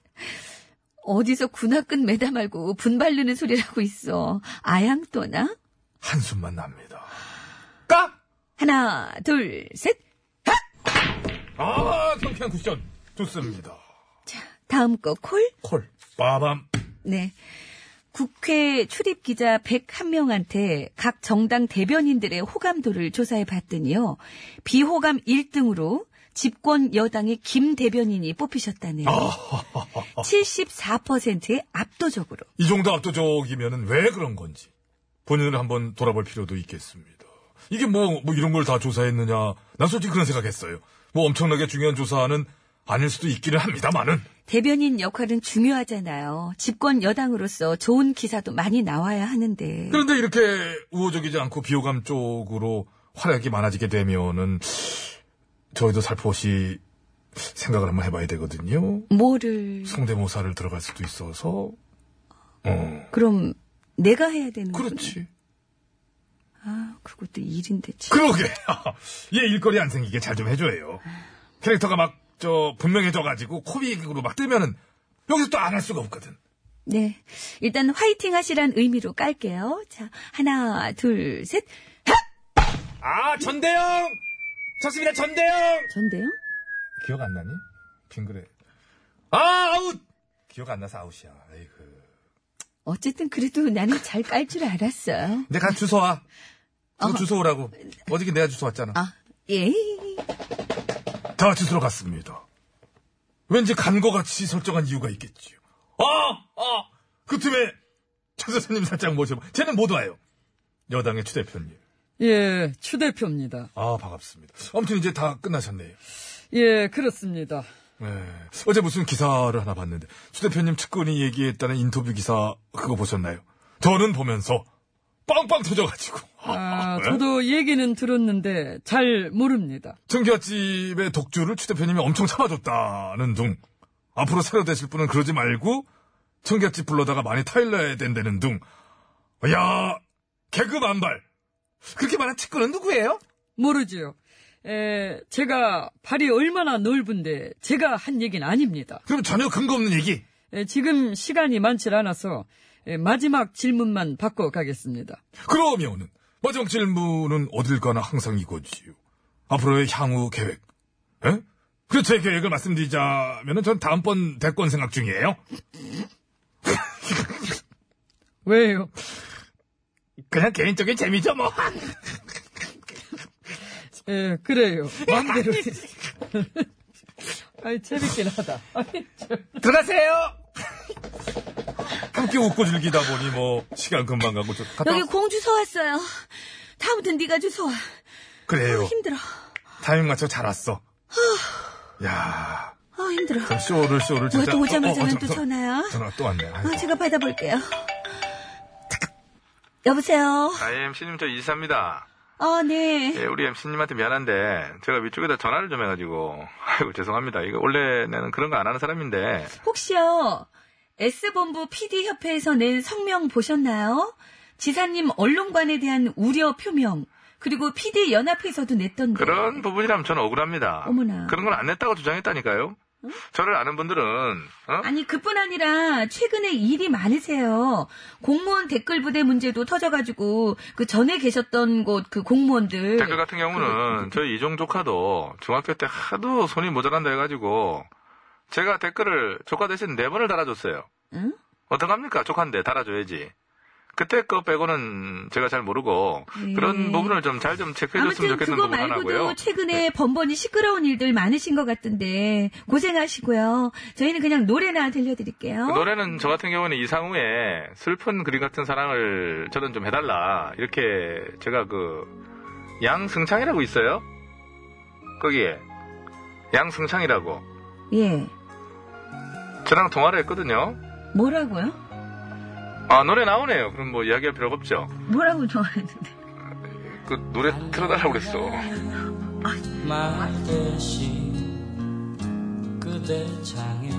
[SPEAKER 2] 어디서 군화끈 매다 말고 분발르는 소리를 하고 있어. 아양떠나?
[SPEAKER 3] 한숨만 납니다. 까!
[SPEAKER 2] 하나, 둘, 셋.
[SPEAKER 3] 아, 경쾌한 쿠션. 좋습니다.
[SPEAKER 2] 다음 거 콜.
[SPEAKER 3] 콜. 빠밤.
[SPEAKER 2] 네. 국회 출입 기자 101명한테 각 정당 대변인들의 호감도를 조사해 봤더니요. 비호감 1등으로 집권 여당의 김 대변인이 뽑히셨다네요.
[SPEAKER 3] 아.
[SPEAKER 2] [laughs] 74%의 압도적으로.
[SPEAKER 3] 이 정도 압도적이면 왜 그런 건지 본인을 한번 돌아볼 필요도 있겠습니다. 이게 뭐, 뭐 이런 걸 다 조사했느냐. 난 솔직히 그런 생각했어요. 뭐 엄청나게 중요한 조사는 아닐 수도 있기는 합니다만은.
[SPEAKER 2] 대변인 역할은 중요하잖아요. 집권 여당으로서 좋은 기사도 많이 나와야 하는데.
[SPEAKER 3] 그런데 이렇게 우호적이지 않고 비호감 쪽으로 활약이 많아지게 되면은 저희도 살포시 생각을 한번 해봐야 되거든요.
[SPEAKER 2] 뭐를.
[SPEAKER 3] 성대모사를 들어갈 수도 있어서. 어.
[SPEAKER 2] 그럼 내가 해야 되는 거
[SPEAKER 3] 그렇지.
[SPEAKER 2] 아, 그것도 일인데 참.
[SPEAKER 3] 그러게. [laughs] 얘 일거리 안 생기게 잘 좀 해줘요. 캐릭터가 막, 저, 분명해져가지고, 코믹으로 막 뜨면은, 여기서 또 안 할 수가 없거든.
[SPEAKER 2] 네. 일단 화이팅 하시란 의미로 깔게요. 자, 하나, 둘, 셋.
[SPEAKER 1] 아, 전대영! 좋습니다, 전대영!
[SPEAKER 2] 전대요?
[SPEAKER 3] 기억 안 나니? 빙그레.
[SPEAKER 1] 아, 아웃!
[SPEAKER 3] 기억 안 나서 아웃이야. 아이고.
[SPEAKER 2] 어쨌든 그래도 나는 잘 깔 줄 알았어요.
[SPEAKER 1] 내가 주소 와. 그거 주소 오라고. 어저께 내가 주소 왔잖아.
[SPEAKER 2] 아, 예.
[SPEAKER 3] 다 주스러 갔습니다. 왠지 간 거 같이 설정한 이유가 있겠지요. 아! 아! 그 틈에, 최 선생님 살짝 모셔봐. 쟤는 못 와요. 여당의 추 대표님.
[SPEAKER 13] 예, 추 대표입니다.
[SPEAKER 3] 아, 반갑습니다. 아무튼 이제 다 끝나셨네요.
[SPEAKER 13] 예, 그렇습니다.
[SPEAKER 3] 네. 어제 무슨 기사를 하나 봤는데 수 대표님 측근이 얘기했다는 인터뷰 기사 그거 보셨나요? 저는 보면서 빵빵 터져가지고 [laughs]
[SPEAKER 13] 아, 저도 얘기는 들었는데 잘 모릅니다.
[SPEAKER 3] 청기화집의 독주를 추 대표님이 엄청 참아줬다는 둥 앞으로 새로 되실 분은 그러지 말고 청기화집 불러다가 많이 타일러야 된다는 둥 야, 개그 만발
[SPEAKER 1] 그렇게 말한 측근은 누구예요?
[SPEAKER 13] 모르지요. 에, 제가 발이 얼마나 넓은데 제가 한 얘기는 아닙니다.
[SPEAKER 3] 그럼 전혀 근거 없는 얘기
[SPEAKER 13] 에, 지금 시간이 많질 않아서 에, 마지막 질문만 받고 가겠습니다.
[SPEAKER 3] 그러면은 마지막 질문은 어딜 가나 항상 이거지요. 앞으로의 향후 계획. 예? 그래서 제 계획을 말씀드리자면은 전 다음번 대권 생각 중이에요.
[SPEAKER 13] 왜요?
[SPEAKER 3] 그냥 개인적인 재미죠 뭐.
[SPEAKER 13] 예, 그래요. 마음대로. 해. [laughs] 아이, 재밌긴 하다. 아이, 참.
[SPEAKER 1] 들어가세요!
[SPEAKER 3] 함께 웃고 즐기다 보니 뭐 시간 금방 가고 저 갔다
[SPEAKER 2] 여기 공주서 왔어요. 다음부턴 네가 주워.
[SPEAKER 1] 그래요.
[SPEAKER 2] 아, 힘들어.
[SPEAKER 1] 타이밍 맞춰 잘 왔어. 야
[SPEAKER 2] 아 힘들어.
[SPEAKER 1] 참 쇼를 쇼를
[SPEAKER 2] 뭐야
[SPEAKER 1] 진짜.
[SPEAKER 2] 또
[SPEAKER 1] 어, 어,
[SPEAKER 2] 오자마자는
[SPEAKER 1] 저,
[SPEAKER 2] 또
[SPEAKER 1] 저,
[SPEAKER 2] 전화야.
[SPEAKER 1] 전화 또 왔네. 아이고.
[SPEAKER 2] 아 제가 받아볼게요. 여보세요.
[SPEAKER 3] 아예 MC님 저 이사입니다.
[SPEAKER 2] 어 네.
[SPEAKER 3] 예, 우리 MC님한테 미안한데 제가 위쪽에다 전화를 좀 해가지고 아이고 죄송합니다. 이거 원래 나는 그런 거 안 하는 사람인데
[SPEAKER 2] 혹시요, S본부 PD협회에서 낸 성명 보셨나요? 지사님 언론관에 대한 우려 표명, 그리고 PD연합회에서도 냈던데.
[SPEAKER 3] 그런 부분이라면 저는 억울합니다.
[SPEAKER 2] 네. 어머나. 어?
[SPEAKER 3] 그런 건 안 냈다고 주장했다니까요. 저를 아는 분들은 어?
[SPEAKER 2] 아니, 그뿐 아니라, 최근에 일이 많으세요. 공무원 댓글 부대 문제도 터져가지고, 그 전에 계셨던 곳, 그 공무원들.
[SPEAKER 3] 댓글 같은
[SPEAKER 2] 음.
[SPEAKER 3] 경우는 저희 이종 조카도 중학교 때 하도 손이 모자란다 해가지고 제가 댓글을 조카 대신 네 번을 달아줬어요.
[SPEAKER 2] 응?
[SPEAKER 3] 어떡합니까? 조카인데 달아줘야지. 그때 거 빼고는 제가 잘 모르고
[SPEAKER 2] 예.
[SPEAKER 3] 그런 부분을 좀 잘 좀 체크해줬으면
[SPEAKER 2] 아무튼
[SPEAKER 3] 좋겠는
[SPEAKER 2] 그거
[SPEAKER 3] 부분 하나고요. 네.
[SPEAKER 2] 말고도 최근에 번번이 시끄러운 일들 많으신 것 같은데 고생하시고요. 저희는 그냥 노래나 들려드릴게요.
[SPEAKER 3] 그 노래는 저 같은 경우는 이상우의 슬픈 그림 같은 사랑을 저는 좀 해달라 이렇게 제가 그 양승창이라고 있어요 거기에 양승창이라고
[SPEAKER 2] 예.
[SPEAKER 3] 저랑 통화를 했거든요
[SPEAKER 2] 뭐라고요?
[SPEAKER 3] 아 노래 나오네요 그럼 뭐 이야기할 필요가 없죠
[SPEAKER 2] 뭐라고 좋아했는데?
[SPEAKER 3] 그 노래 틀어달라고 그랬어
[SPEAKER 14] 말 대신 그대 창에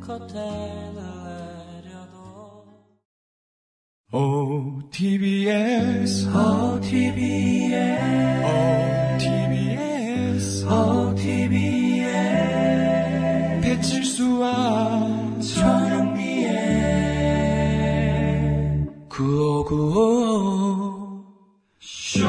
[SPEAKER 14] 커튼을 내려도
[SPEAKER 11] OTBS, OTBS, OTBS, OTBS, 배칠수와 전영미의 9595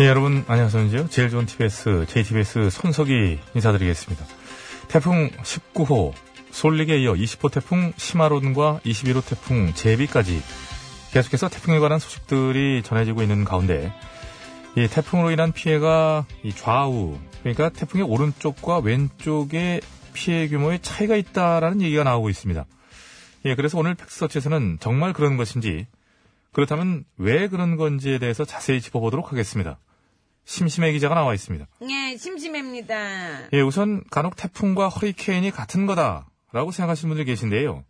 [SPEAKER 1] 예, 여러분 안녕하세요. 제일 좋은 TBS, JTBS 손석희 인사드리겠습니다. 태풍 19호 솔릭에 이어 20호 태풍 시마론과 21호 태풍 제비까지 계속해서 태풍에 관한 소식들이 전해지고 있는 가운데 이 태풍으로 인한 피해가 이 좌우 그러니까 태풍의 오른쪽과 왼쪽의 피해 규모의 차이가 있다라는 얘기가 나오고 있습니다. 예, 그래서 오늘 팩스서치에서는 정말 그런 것인지 그렇다면 왜 그런 건지에 대해서 자세히 짚어보도록 하겠습니다. 심심해 기자가 나와 있습니다.
[SPEAKER 15] 예, 심심합니다.
[SPEAKER 3] 예, 우선 간혹 태풍과 허리케인이 같은 거다라고 생각하시는 분들 계신데요.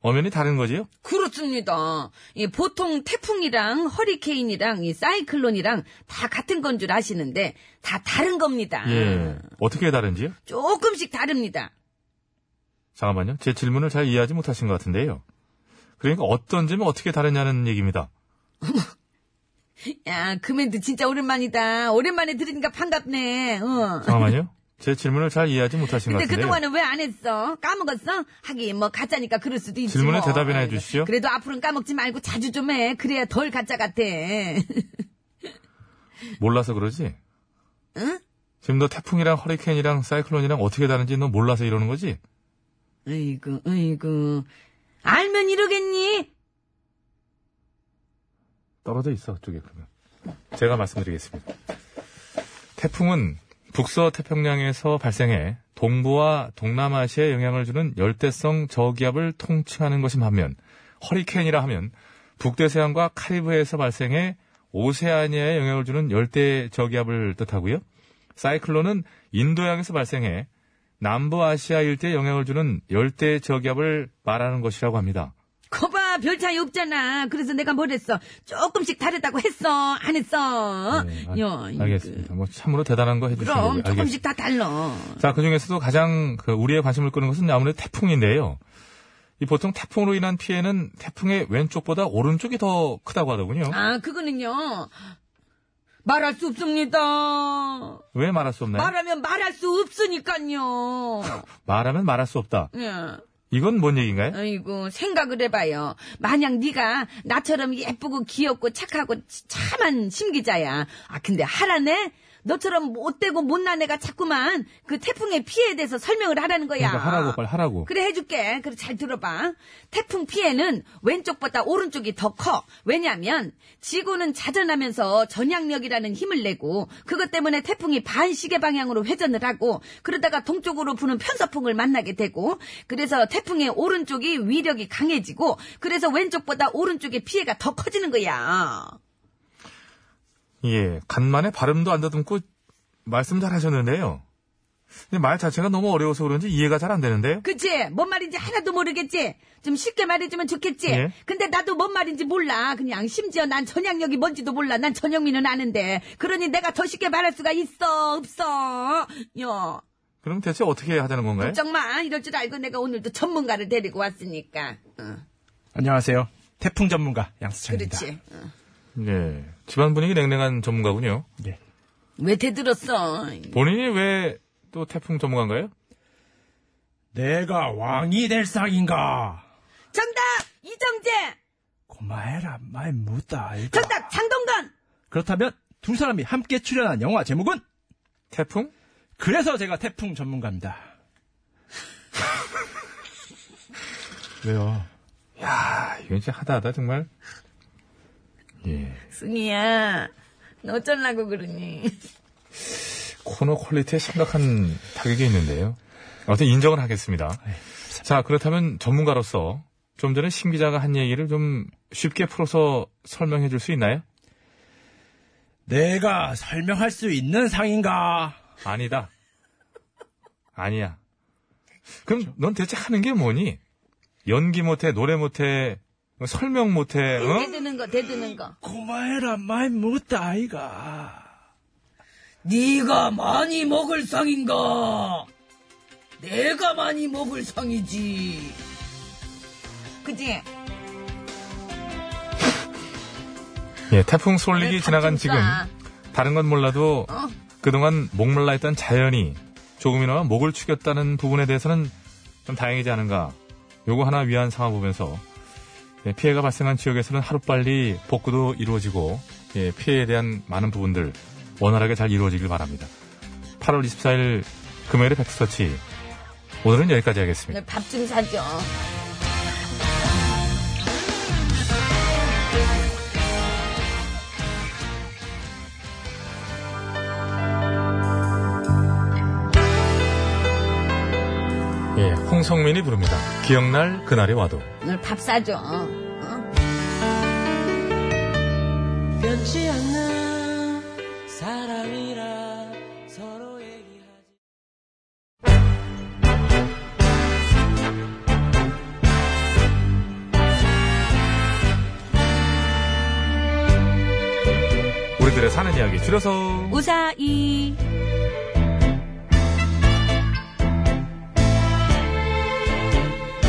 [SPEAKER 3] 엄연히 다른 거지요?
[SPEAKER 15] 그렇습니다. 이 보통 태풍이랑 허리케인이랑 이 사이클론이랑 다 같은 건 줄 아시는데 다 다른 겁니다.
[SPEAKER 3] 예.
[SPEAKER 15] 아.
[SPEAKER 3] 어떻게 다른지요?
[SPEAKER 15] 조금씩 다릅니다.
[SPEAKER 3] 잠깐만요. 제 질문을 잘 이해하지 못하신 것 같은데요. 그러니까 어떤 점이 어떻게 다르냐는 얘기입니다.
[SPEAKER 15] 야, 그 멘트 진짜 오랜만이다. 오랜만에 들으니까 반갑네. 어. [laughs]
[SPEAKER 3] 잠깐만요. 제 질문을 잘 이해하지 못하신 것
[SPEAKER 15] 근데
[SPEAKER 3] 같은데요.
[SPEAKER 15] 그동안은 왜 안 했어? 까먹었어? 하긴 뭐 가짜니까 그럴 수도 있지
[SPEAKER 3] 질문에
[SPEAKER 15] 뭐.
[SPEAKER 3] 대답이나 해주시죠.
[SPEAKER 15] 그래도 앞으로는 까먹지 말고 자주 좀 해. 그래야 덜 가짜 같아. [laughs]
[SPEAKER 3] 몰라서 그러지?
[SPEAKER 15] 응?
[SPEAKER 3] 지금 너 태풍이랑 허리케인이랑 사이클론이랑 어떻게 다른지 너 몰라서 이러는 거지?
[SPEAKER 15] 으이구, 으이구. 알면 이러겠니?
[SPEAKER 3] 떨어져 있어 그쪽에 그러면 제가 말씀드리겠습니다. 태풍은 북서 태평양에서 발생해 동부와 동남아시아에 영향을 주는 열대성 저기압을 통칭하는 것인 반면 허리케인이라 하면 북대서양과 카리브해에서 발생해 오세아니아에 영향을 주는 열대 저기압을 뜻하고요. 사이클론은 인도양에서 발생해 남부아시아 일대에 영향을 주는 열대 저기압을 말하는 것이라고 합니다.
[SPEAKER 15] 거봐, 별 차이 없잖아. 그래서 내가 뭘 했어? 조금씩 다르다고 했어? 안 했어? 여, 아, 이거.
[SPEAKER 3] 네, 알겠습니다. 뭐 참으로 대단한 거 해주시고
[SPEAKER 15] 그럼 조금씩 다 달라.
[SPEAKER 3] 자, 그 중에서도 가장 그 우리의 관심을 끄는 것은 아무래도 태풍인데요. 이 보통 태풍으로 인한 피해는 태풍의 왼쪽보다 오른쪽이 더 크다고 하더군요.
[SPEAKER 15] 아, 그거는요. 말할 수 없습니다.
[SPEAKER 3] 왜 말할 수 없나요?
[SPEAKER 15] 말하면 말할 수 없으니까요.
[SPEAKER 3] 하면 말할 수 없다.
[SPEAKER 15] 예.
[SPEAKER 3] 이건 뭔 얘기인가요?
[SPEAKER 15] 아이고 생각을 해봐요. 만약 네가 나처럼 예쁘고 귀엽고 착하고 참한 심기자야. 아 근데 하라네?
[SPEAKER 2] 너처럼 못되고 못난 애가 자꾸만 그 태풍의 피해에 대해서 설명을 하라는 거야.
[SPEAKER 3] 그러니까 하라고 빨리 하라고.
[SPEAKER 2] 그래 해줄게. 그래 잘 들어봐. 태풍 피해는 왼쪽보다 오른쪽이 더 커. 왜냐하면 지구는 자전하면서 전향력이라는 힘을 내고 그것 때문에 태풍이 반시계 방향으로 회전을 하고 그러다가 동쪽으로 부는 편서풍을 만나게 되고 그래서 태풍의 오른쪽이 위력이 강해지고 그래서 왼쪽보다 오른쪽의 피해가 더 커지는 거야.
[SPEAKER 3] 예, 간만에 발음도 안 다듬고 말씀 잘 하셨는데요. 근데 말 자체가 너무 어려워서 그런지 이해가 잘 안 되는데요.
[SPEAKER 2] 그치? 뭔 말인지 하나도 모르겠지? 좀 쉽게 말해주면 좋겠지?
[SPEAKER 3] 예.
[SPEAKER 2] 근데 나도 뭔 말인지 몰라. 그냥 심지어 난 전향력이 뭔지도 몰라. 난 전영민은 아는데. 그러니 내가 더 쉽게 말할 수가 있어, 없어. 야,
[SPEAKER 3] 그럼 대체 어떻게 하자는 건가요?
[SPEAKER 2] 걱정 마. 이럴 줄 알고 내가 오늘도 전문가를 데리고 왔으니까. 응.
[SPEAKER 13] 안녕하세요. 태풍 전문가 양수찬입니다.
[SPEAKER 2] 그렇지. 어. 응.
[SPEAKER 3] 예, 집안 분위기 냉랭한 전문가군요.
[SPEAKER 13] 예.
[SPEAKER 2] 왜 대들었어?
[SPEAKER 3] 본인이 왜 또 태풍 전문가인가요?
[SPEAKER 13] 내가 왕이 될 상인가?
[SPEAKER 2] 정답! 이정재!
[SPEAKER 13] 고마해라 말 못다. 알까?
[SPEAKER 2] 정답! 장동건!
[SPEAKER 13] 그렇다면 두 사람이 함께 출연한 영화 제목은
[SPEAKER 3] 태풍?
[SPEAKER 13] 그래서 제가 태풍 전문가입니다.
[SPEAKER 3] [laughs] 왜요? 야, 이건 진짜 하다하다 정말. 예,
[SPEAKER 2] 승희야, 너 어쩌려고 그러니?
[SPEAKER 3] 코너 퀄리티에 심각한 타격이 있는데요. 아무튼 인정은 하겠습니다. 자, 그렇다면 전문가로서 좀 전에 신 기자가 한 얘기를 좀 쉽게 풀어서 설명해 줄 수 있나요?
[SPEAKER 13] 내가 설명할 수 있는 상인가?
[SPEAKER 3] 아니다. 아니야. 그럼 넌 대체 하는 게 뭐니? 연기 못해, 노래 못해, 설명 못해, 어? 응?
[SPEAKER 2] [laughs] 대드는 거, 대드는 거.
[SPEAKER 13] 고마해라 말 못다 아이가.
[SPEAKER 16] 네가 많이 먹을 상인가? 내가 많이 먹을 상이지.
[SPEAKER 2] 그지?
[SPEAKER 3] 예, 태풍 솔릭이
[SPEAKER 2] 왜
[SPEAKER 3] 지나간 지금
[SPEAKER 2] 다
[SPEAKER 3] 다른 건 몰라도
[SPEAKER 2] 어.
[SPEAKER 3] 그동안 목말라 했던 자연이 조금이나마 목을 축였다는 부분에 대해서는 좀 다행이지 않은가. 요거 하나 위안 삼아 보면서 예, 피해가 발생한 지역에서는 하루빨리 복구도 이루어지고 예, 피해에 대한 많은 부분들 원활하게 잘 이루어지길 바랍니다. 8월 24일 금요일에 백스터치 오늘은 여기까지 하겠습니다.
[SPEAKER 2] 네, 밥 좀 사줘.
[SPEAKER 3] 예, 홍성민이 부릅니다. 기억날 그날이 와도.
[SPEAKER 2] 오늘 밥 사줘. 어?
[SPEAKER 17] 변치 않는 사람이라 서로 얘기하지.
[SPEAKER 3] 우리들의 사는 이야기 줄여서
[SPEAKER 2] 우사이.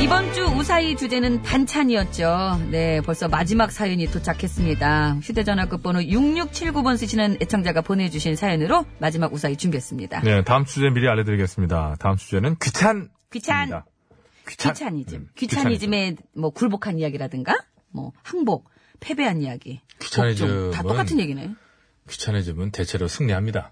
[SPEAKER 2] 이번 주 우사이 주제는 반찬이었죠. 네, 벌써 마지막 사연이 도착했습니다. 휴대전화 끝번호 6679번 쓰시는 애청자가 보내주신 사연으로 마지막 우사이 준비했습니다.
[SPEAKER 3] 네, 다음 주제 미리 알려드리겠습니다. 다음 주제는 귀찬.
[SPEAKER 2] 귀찬. 음,
[SPEAKER 3] 귀찬.
[SPEAKER 2] 귀차니즘. 귀차니즘의 뭐 굴복한 이야기라든가, 뭐 항복, 패배한 이야기.
[SPEAKER 3] 귀차니즘은-
[SPEAKER 2] 복종. 다 똑같은 얘기네.
[SPEAKER 3] 귀차니즘은 대체로 승리합니다.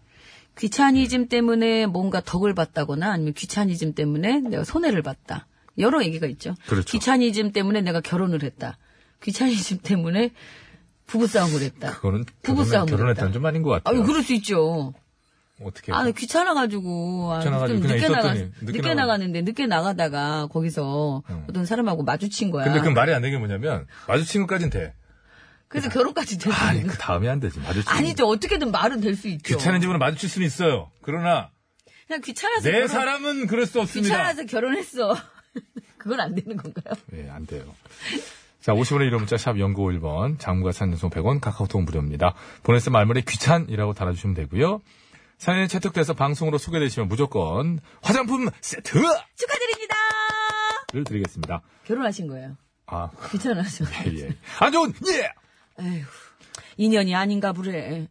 [SPEAKER 2] 귀차니즘 때문에 뭔가 덕을 봤다거나 아니면 귀차니즘 때문에 내가 손해를 봤다. 여러 얘기가 있죠.
[SPEAKER 3] 그렇죠.
[SPEAKER 2] 귀차니즘 때문에 내가 결혼을 했다. 귀차니즘 때문에 부부싸움을 했다.
[SPEAKER 3] 그거는 그렇죠. 결혼,
[SPEAKER 2] 부부싸움을
[SPEAKER 3] 결혼했다는
[SPEAKER 2] 했다.
[SPEAKER 3] 좀 아닌 것 같아요.
[SPEAKER 2] 아유, 그럴 수 있죠.
[SPEAKER 3] 어떻게
[SPEAKER 2] 아,
[SPEAKER 3] 해서.
[SPEAKER 2] 나 귀찮아가지고. 아,
[SPEAKER 3] 예. 귀찮아가지고
[SPEAKER 2] 좀
[SPEAKER 3] 그냥
[SPEAKER 2] 늦게 나가,
[SPEAKER 3] 있었더니
[SPEAKER 2] 늦게,
[SPEAKER 3] 늦게 음.
[SPEAKER 2] 나가는데, 늦게 나가다가 거기서 어떤 사람하고 마주친 거야.
[SPEAKER 3] 근데 그 말이 안 되는 게 뭐냐면 마주친 것까진 돼.
[SPEAKER 2] 그래서 결혼까지 됐어.
[SPEAKER 3] 아니 그 다음이 안 되지. 마주친.
[SPEAKER 2] 아니죠. 어떻게든 말은 될 수 있죠.
[SPEAKER 3] 귀차니즘으로 마주칠 수는 있어요. 그러나
[SPEAKER 2] 그냥 귀찮아서.
[SPEAKER 3] 내
[SPEAKER 2] 결혼-
[SPEAKER 3] 사람은 그럴 수 없습니다.
[SPEAKER 2] 귀찮아서 결혼했어. [laughs] 그건 안 되는 건가요?
[SPEAKER 3] 예, 안 돼요. 자, 50원의 이름 문자 샵 0951번, 장무가 산전송 100원, 카카오톡 무료입니다. 보냈을 말머리 귀찬이라고 달아주시면 되고요. 사연이 채택돼서 방송으로 소개되시면 무조건 화장품 세트를
[SPEAKER 2] 축하드립니다.
[SPEAKER 3] 드리겠습니다.
[SPEAKER 2] 결혼하신 거예요.
[SPEAKER 3] 아,
[SPEAKER 2] 귀찮아서.
[SPEAKER 3] 예. 안 좋은, 예!
[SPEAKER 2] 에휴, 인연이 아닌가 보래.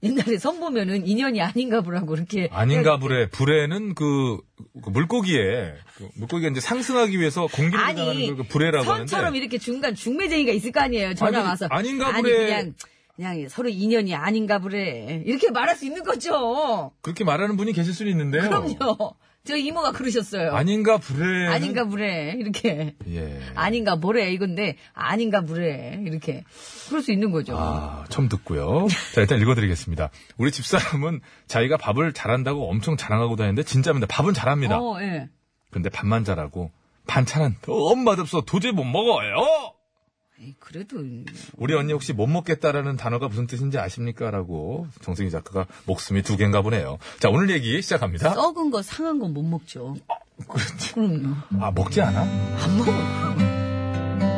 [SPEAKER 2] 옛날에 성 보면은 인연이 아닌가 보라고 이렇게.
[SPEAKER 3] 아닌가 뭐 불에, 불에는 그, 그 물고기에, 그 물고기가 이제 상승하기 위해서 공기를
[SPEAKER 2] 아니,
[SPEAKER 3] 주장하는 걸그 그 불에라고 하는데.
[SPEAKER 2] 선처럼 이렇게 중간 중매쟁이가 있을 거 아니에요. 전화
[SPEAKER 3] 아니,
[SPEAKER 2] 와서.
[SPEAKER 3] 아닌가
[SPEAKER 2] 아니,
[SPEAKER 3] 보래.
[SPEAKER 2] 그냥 그냥 서로 인연이 아닌가 보래. 이렇게 말할 수 있는 거죠.
[SPEAKER 3] 그렇게 말하는 분이 계실 수는 있는데요.
[SPEAKER 2] 그럼요. 저 이모가 그러셨어요.
[SPEAKER 3] 네. 아닌가 불에.
[SPEAKER 2] 아닌가 보래. 이렇게.
[SPEAKER 3] 예.
[SPEAKER 2] 아닌가 뭐래 이건데 아닌가 뭐래 이렇게 그럴 수 있는 거죠.
[SPEAKER 3] 아, 처음 듣고요. 자, 일단 읽어드리겠습니다. 우리 집사람은 자기가 밥을 잘한다고 엄청 자랑하고 다니는데 진짜입니다. 밥은 잘합니다.
[SPEAKER 2] 어, 예.
[SPEAKER 3] 근데 밥만 잘하고 반찬은 엄 맛없어 도저히 못 먹어요.
[SPEAKER 2] 에이, 그래도
[SPEAKER 3] 우리 언니 혹시 못 먹겠다라는 단어가 무슨 뜻인지 아십니까? 라고 정승희 작가가 목숨이 두 개인가 보네요. 자, 오늘 얘기 시작합니다.
[SPEAKER 2] 썩은 거 상한 건 못 먹죠. 그럼요.
[SPEAKER 3] 아, 먹지 않아?
[SPEAKER 2] 안 먹어요.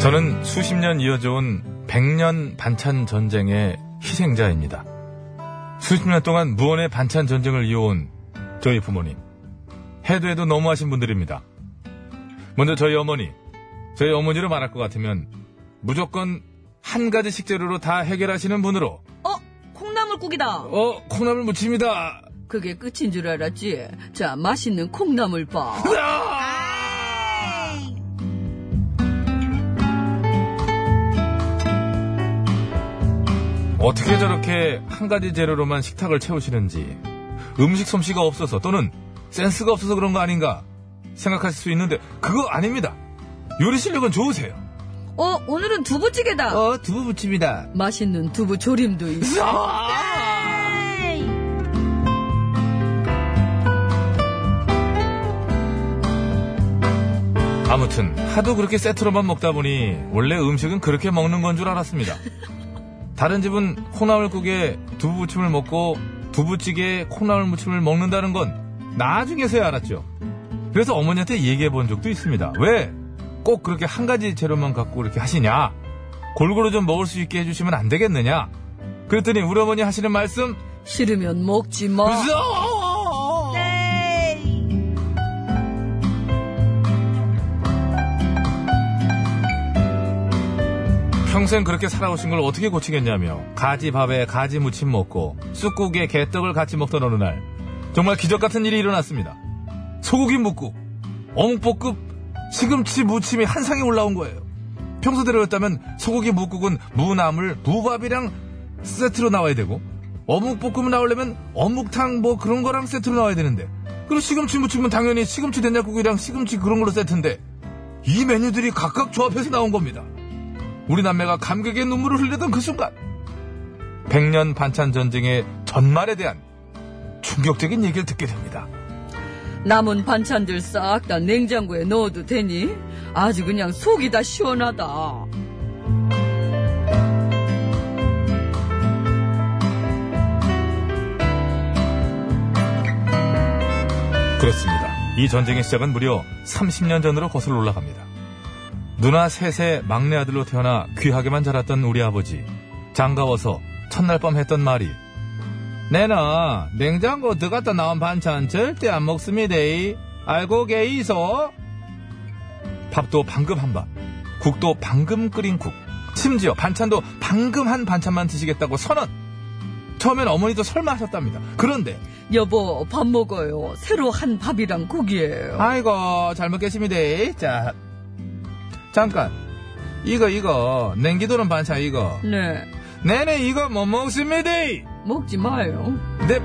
[SPEAKER 3] 저는 수십 년 이어져온 백년 반찬 전쟁의 희생자입니다. 수십 년 동안 무언의 반찬 전쟁을 이어온 저희 부모님. 해도 해도 너무하신 분들입니다. 먼저 저희 어머니. 저희 어머니로 말할 것 같으면 무조건 한 가지 식재료로 다 해결하시는 분으로
[SPEAKER 2] 어? 콩나물국이다.
[SPEAKER 3] 어, 콩나물 무침이다.
[SPEAKER 2] 그게 끝인 줄 알았지. 자, 맛있는 콩나물밥.
[SPEAKER 3] 아, 어떻게 저렇게 한 가지 재료로만 식탁을 채우시는지 음식 솜씨가 없어서 또는 센스가 없어서 그런 거 아닌가 생각하실 수 있는데 그거 아닙니다. 요리 실력은 좋으세요.
[SPEAKER 2] 어, 오늘은 두부찌개다.
[SPEAKER 3] 어, 두부 부침이다.
[SPEAKER 2] 맛있는 두부 조림도 있어.
[SPEAKER 3] 아! 아무튼 하도 그렇게 세트로만 먹다 보니 원래 음식은 그렇게 먹는 건 줄 알았습니다. 다른 집은 콩나물국에 두부 무침을 먹고 두부찌개에 콩나물 무침을 먹는다는 건 나중에서야 알았죠. 그래서 어머니한테 얘기해 본 적도 있습니다. 왜 꼭 그렇게 한 가지 재료만 갖고 이렇게 하시냐? 골고루 좀 먹을 수 있게 해주시면 안 되겠느냐? 그랬더니 우리 어머니 하시는 말씀
[SPEAKER 2] 싫으면 먹지 마.
[SPEAKER 3] 무서워. 평생 그렇게 살아오신 걸 어떻게 고치겠냐며 가지밥에 가지 무침 먹고 쑥국에 개떡을 같이 먹던 어느 날 정말 기적 같은 일이 일어났습니다. 소고기 묵국, 어묵볶음, 시금치 무침이 한 상에 올라온 거예요. 평소대로였다면 소고기 묵국은 무나물, 무밥이랑 세트로 나와야 되고 어묵볶음 나오려면 어묵탕 뭐 그런 거랑 세트로 나와야 되는데 그리고 시금치 무침은 당연히 시금치 된장국이랑 시금치 그런 걸로 세트인데 이 메뉴들이 각각 조합해서 나온 겁니다. 우리 남매가 감격의 눈물을 흘리던 그 순간 백년 반찬 전쟁의 전말에 대한 충격적인 얘기를 듣게 됩니다.
[SPEAKER 2] 남은 반찬들 싹 다 냉장고에 넣어도 되니? 아주 그냥 속이 다 시원하다.
[SPEAKER 3] 그렇습니다. 이 전쟁의 시작은 무려 30년 전으로 거슬러 올라갑니다. 누나 셋의 막내 아들로 태어나 귀하게만 자랐던 우리 아버지. 장가워서 첫날 밤 했던 말이 내는 냉장고 들어갔다 나온 반찬 절대 안 먹습니다. 알고 계이소? 밥도 방금 한 밥, 국도 방금 끓인 국, 심지어 반찬도 방금 한 반찬만 드시겠다고 선언. 처음엔 어머니도 설마 하셨답니다. 그런데
[SPEAKER 2] 여보, 밥 먹어요. 새로 한 밥이랑 국이에요.
[SPEAKER 3] 아이고 잘 먹겠습니다. 자 잠깐 이거 이거 냉기도는 반찬 이거
[SPEAKER 2] 네,
[SPEAKER 3] 내내 이거 못 먹습니다.
[SPEAKER 2] 먹지 마요.
[SPEAKER 3] 네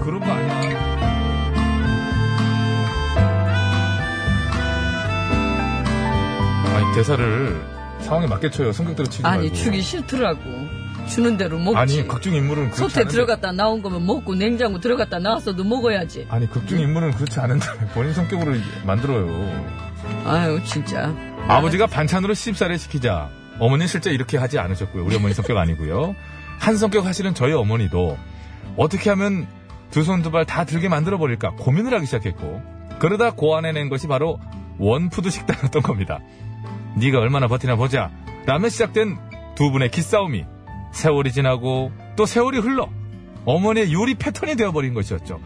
[SPEAKER 3] 그런 거 아니야. 아니 대사를 상황에 맞게 쳐요. 성격대로 치지
[SPEAKER 2] 아니,
[SPEAKER 3] 말고.
[SPEAKER 2] 주기 싫더라고. 주는 대로 먹지.
[SPEAKER 3] 아니 각종 인물은 그렇지
[SPEAKER 2] 솥에
[SPEAKER 3] 않은데.
[SPEAKER 2] 들어갔다 나온 거면 먹고 냉장고 들어갔다 나왔어도 먹어야지.
[SPEAKER 3] 아니 극중 인물은 그렇지 않은데 [laughs] 본인 성격으로 만들어요.
[SPEAKER 2] 아유, 진짜.
[SPEAKER 3] 아버지가 반찬으로 씹살을 시키자 어머니는 실제 이렇게 하지 않으셨고요. 우리 어머니 성격 아니고요. 한 성격 하시는 저희 어머니도 어떻게 하면 두 손 두 발 다 들게 만들어 버릴까 고민을 하기 시작했고 그러다 고안해낸 것이 바로 원푸드 식단이었던 겁니다. 네가 얼마나 버티나 보자. 라며 시작된 두 분의 기싸움이 세월이 지나고 또 세월이 흘러 어머니의 요리 패턴이 되어버린 것이었죠.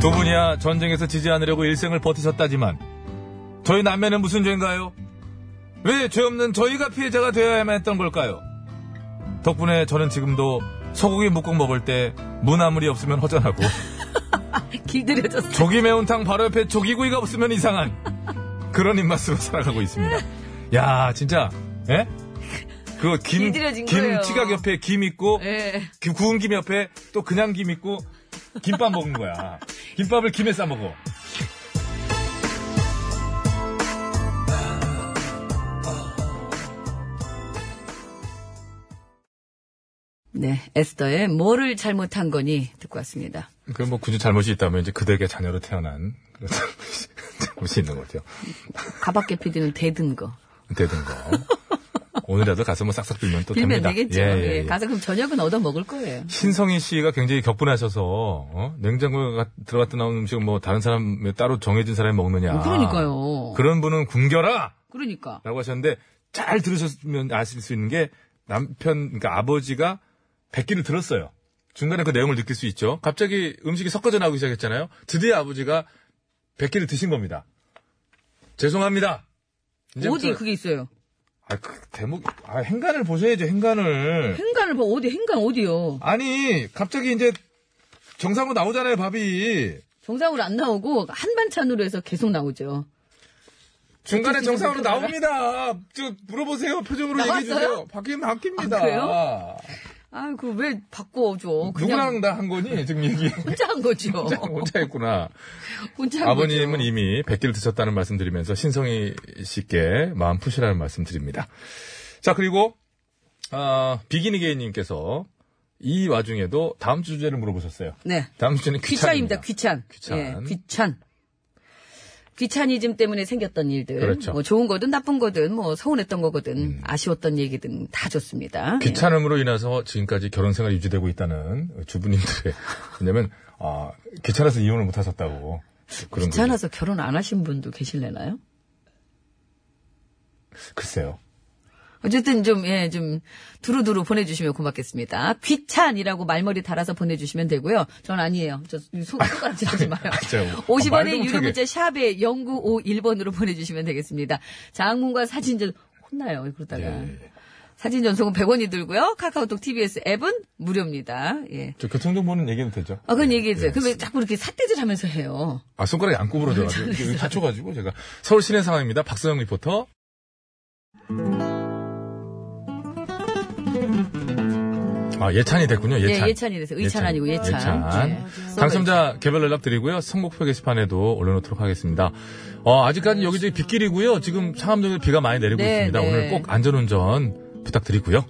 [SPEAKER 3] 두 분이야 전쟁에서 지지 않으려고 일생을 버티셨다지만 저희 남매는 무슨 죄인가요? 왜 죄 없는 저희가 피해자가 되어야만 했던 걸까요? 덕분에 저는 지금도 소고기 묵국 먹을 때 무나물이 없으면
[SPEAKER 2] [laughs]
[SPEAKER 3] 허전하고
[SPEAKER 2] 길들여졌어.
[SPEAKER 3] 조기 매운탕 바로 옆에 조기구이가 없으면 이상한 그런 입맛으로 살아가고 있습니다. 야 진짜 예? 그김
[SPEAKER 2] 길들여진 거예요.
[SPEAKER 3] 김치각 옆에 김 있고
[SPEAKER 2] 예.
[SPEAKER 3] 김- 구운 김 옆에 또 그냥 김 있고 김밥 먹은 거야. 김밥을 김에 싸 먹어.
[SPEAKER 2] 네, 에스더의 뭐를 잘못한 거니 듣고 왔습니다.
[SPEAKER 3] 그 뭐 굳이 잘못이 있다면 이제 그들에게 자녀로 태어난 그런 [laughs] 잘못이, 잘못이 있는 거죠.
[SPEAKER 2] 가밖에 PD는 대든 거.
[SPEAKER 3] 되든 거. 오늘이라도 가서 뭐 싹싹 빌면 또
[SPEAKER 2] 빌면
[SPEAKER 3] 됩니다.
[SPEAKER 2] 되겠죠.
[SPEAKER 3] 예, 예,
[SPEAKER 2] 예,
[SPEAKER 3] 예.
[SPEAKER 2] 가서 그럼 저녁은 얻어 먹을 거예요.
[SPEAKER 3] 신성희 씨가 굉장히 격분하셔서 어? 냉장고에 가- 들어갔다 나온 음식은 뭐 다른 사람 따로 정해진 사람이 먹느냐.
[SPEAKER 2] 그러니까요.
[SPEAKER 3] 그런 분은 굶겨라.
[SPEAKER 2] 그러니까.
[SPEAKER 3] 라고 하셨는데 잘 들으셨으면 아실 수 있는 게 남편 그러니까 아버지가 백기를 들었어요. 중간에 그 내용을 느낄 수 있죠. 갑자기 음식이 섞어져 나오기 시작했잖아요. 드디어 아버지가 백기를 드신 겁니다. 죄송합니다.
[SPEAKER 2] 어디
[SPEAKER 3] 이제부터-
[SPEAKER 2] 그게 있어요?
[SPEAKER 3] 아, 그 대목 아 행간을 보셔야죠. 행간을.
[SPEAKER 2] 행간을 봐. 어디 행간 어디요?
[SPEAKER 3] 아니 갑자기 이제 정상으로 나오잖아요. 밥이
[SPEAKER 2] 정상으로 안 나오고 한반찬으로 해서 계속 나오죠.
[SPEAKER 3] 중간에
[SPEAKER 2] 진짜
[SPEAKER 3] 정상으로
[SPEAKER 2] 그런가 봐요.
[SPEAKER 3] 나옵니다. 저 물어보세요. 표정으로 얘기해
[SPEAKER 2] 나왔어요?
[SPEAKER 3] 주세요. 바뀌면 바뀝니다.
[SPEAKER 2] 아, 그래요? 아이고 왜 바꿔줘?
[SPEAKER 3] 누구랑 나 한 거니? 지금
[SPEAKER 2] [laughs]
[SPEAKER 3] 얘기.
[SPEAKER 2] 혼자 한 거죠.
[SPEAKER 3] 혼자, 혼자 했구나.
[SPEAKER 2] 혼자 한
[SPEAKER 3] 아버님은 이미 100개를 드셨다는 말씀 드리면서 신성희 씨께 마음 푸시라는 말씀 드립니다. 자, 그리고, 아, 비기니 게이님께서 이 와중에도 다음 주 주제를 물어보셨어요.
[SPEAKER 2] 네.
[SPEAKER 3] 다음 주제는
[SPEAKER 2] 귀찮입니다.
[SPEAKER 3] 귀찮입니다. 귀찮.
[SPEAKER 2] 귀찮. 예, 귀찮. 귀차니즘 때문에 생겼던 일들.
[SPEAKER 3] 그렇죠. 음.
[SPEAKER 2] 뭐 좋은 거든 나쁜 거든 뭐 서운했던 거거든 아쉬웠던 얘기든 다 좋습니다. 예.
[SPEAKER 3] 귀찮음으로 인해서 지금까지 결혼 생활이 유지되고 있다는
[SPEAKER 2] [laughs]
[SPEAKER 3] 주부님들의, 왜냐면, 아, 귀찮아서 이혼을 못 하셨다고. 그런 거죠.
[SPEAKER 2] 예. 귀찮아서 결혼 안 하신 분도 계실래나요?
[SPEAKER 3] 글쎄요.
[SPEAKER 2] 어쨌든 좀, 예, 좀, 두루두루 보내주시면 고맙겠습니다. 귀찮이라고 말머리 달아서 보내주시면 되고요. 전 아니에요. 저, 손,
[SPEAKER 3] [laughs]
[SPEAKER 2] 손가락질 하지 마요.
[SPEAKER 3] 진짜.
[SPEAKER 2] 50원의 유료 문자 샵에 0951번으로 보내주시면 되겠습니다. 장문과 사진 전, 혼나요, 그러다가.
[SPEAKER 3] 예.
[SPEAKER 2] 사진 전송은 100원이 들고요. 카카오톡 TBS 앱은 무료입니다. 예.
[SPEAKER 3] 저 교통정보는 얘기해도 되죠?
[SPEAKER 2] 아, 그건
[SPEAKER 3] 예.
[SPEAKER 2] 얘기해주세요. 그럼 왜 자꾸 이렇게 삿대질 하면서 해요?
[SPEAKER 3] 아, 손가락이 안 구부러져가지고. 이게 다쳐가지고 제가. 서울 시내 상황입니다. 박서영 리포터. 아, 예찬이 됐군요. 예찬.
[SPEAKER 2] 예, 예찬이래서. 의찬 아니고 예찬.
[SPEAKER 3] 예찬.
[SPEAKER 2] 예.
[SPEAKER 3] 당첨자 개별 연락 드리고요. 선곡표 게시판에도 올려놓도록 하겠습니다. 어, 아직까지 여기저기 빗길이고요. 지금 상암동에 비가 많이 내리고
[SPEAKER 2] 네,
[SPEAKER 3] 있습니다.
[SPEAKER 2] 네.
[SPEAKER 3] 오늘 꼭 안전운전 부탁드리고요.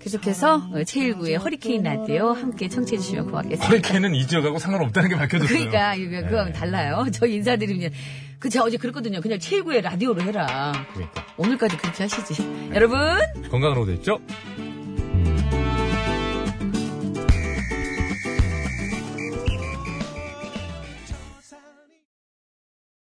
[SPEAKER 2] 계속해서 제1구의 허리케인 라디오 함께 청취해주시면 고맙겠습니다.
[SPEAKER 3] 허리케인은 이지어가고 상관없다는 게 밝혀졌어요.
[SPEAKER 2] 그러니까 이거 그건 달라요. [laughs] 저 인사드리면 그 제가 어제 그랬거든요. 그냥 7구의 라디오로 해라.
[SPEAKER 3] 그러니까.
[SPEAKER 2] 오늘까지 그렇게 하시지. 여러분
[SPEAKER 3] 건강으로 되죠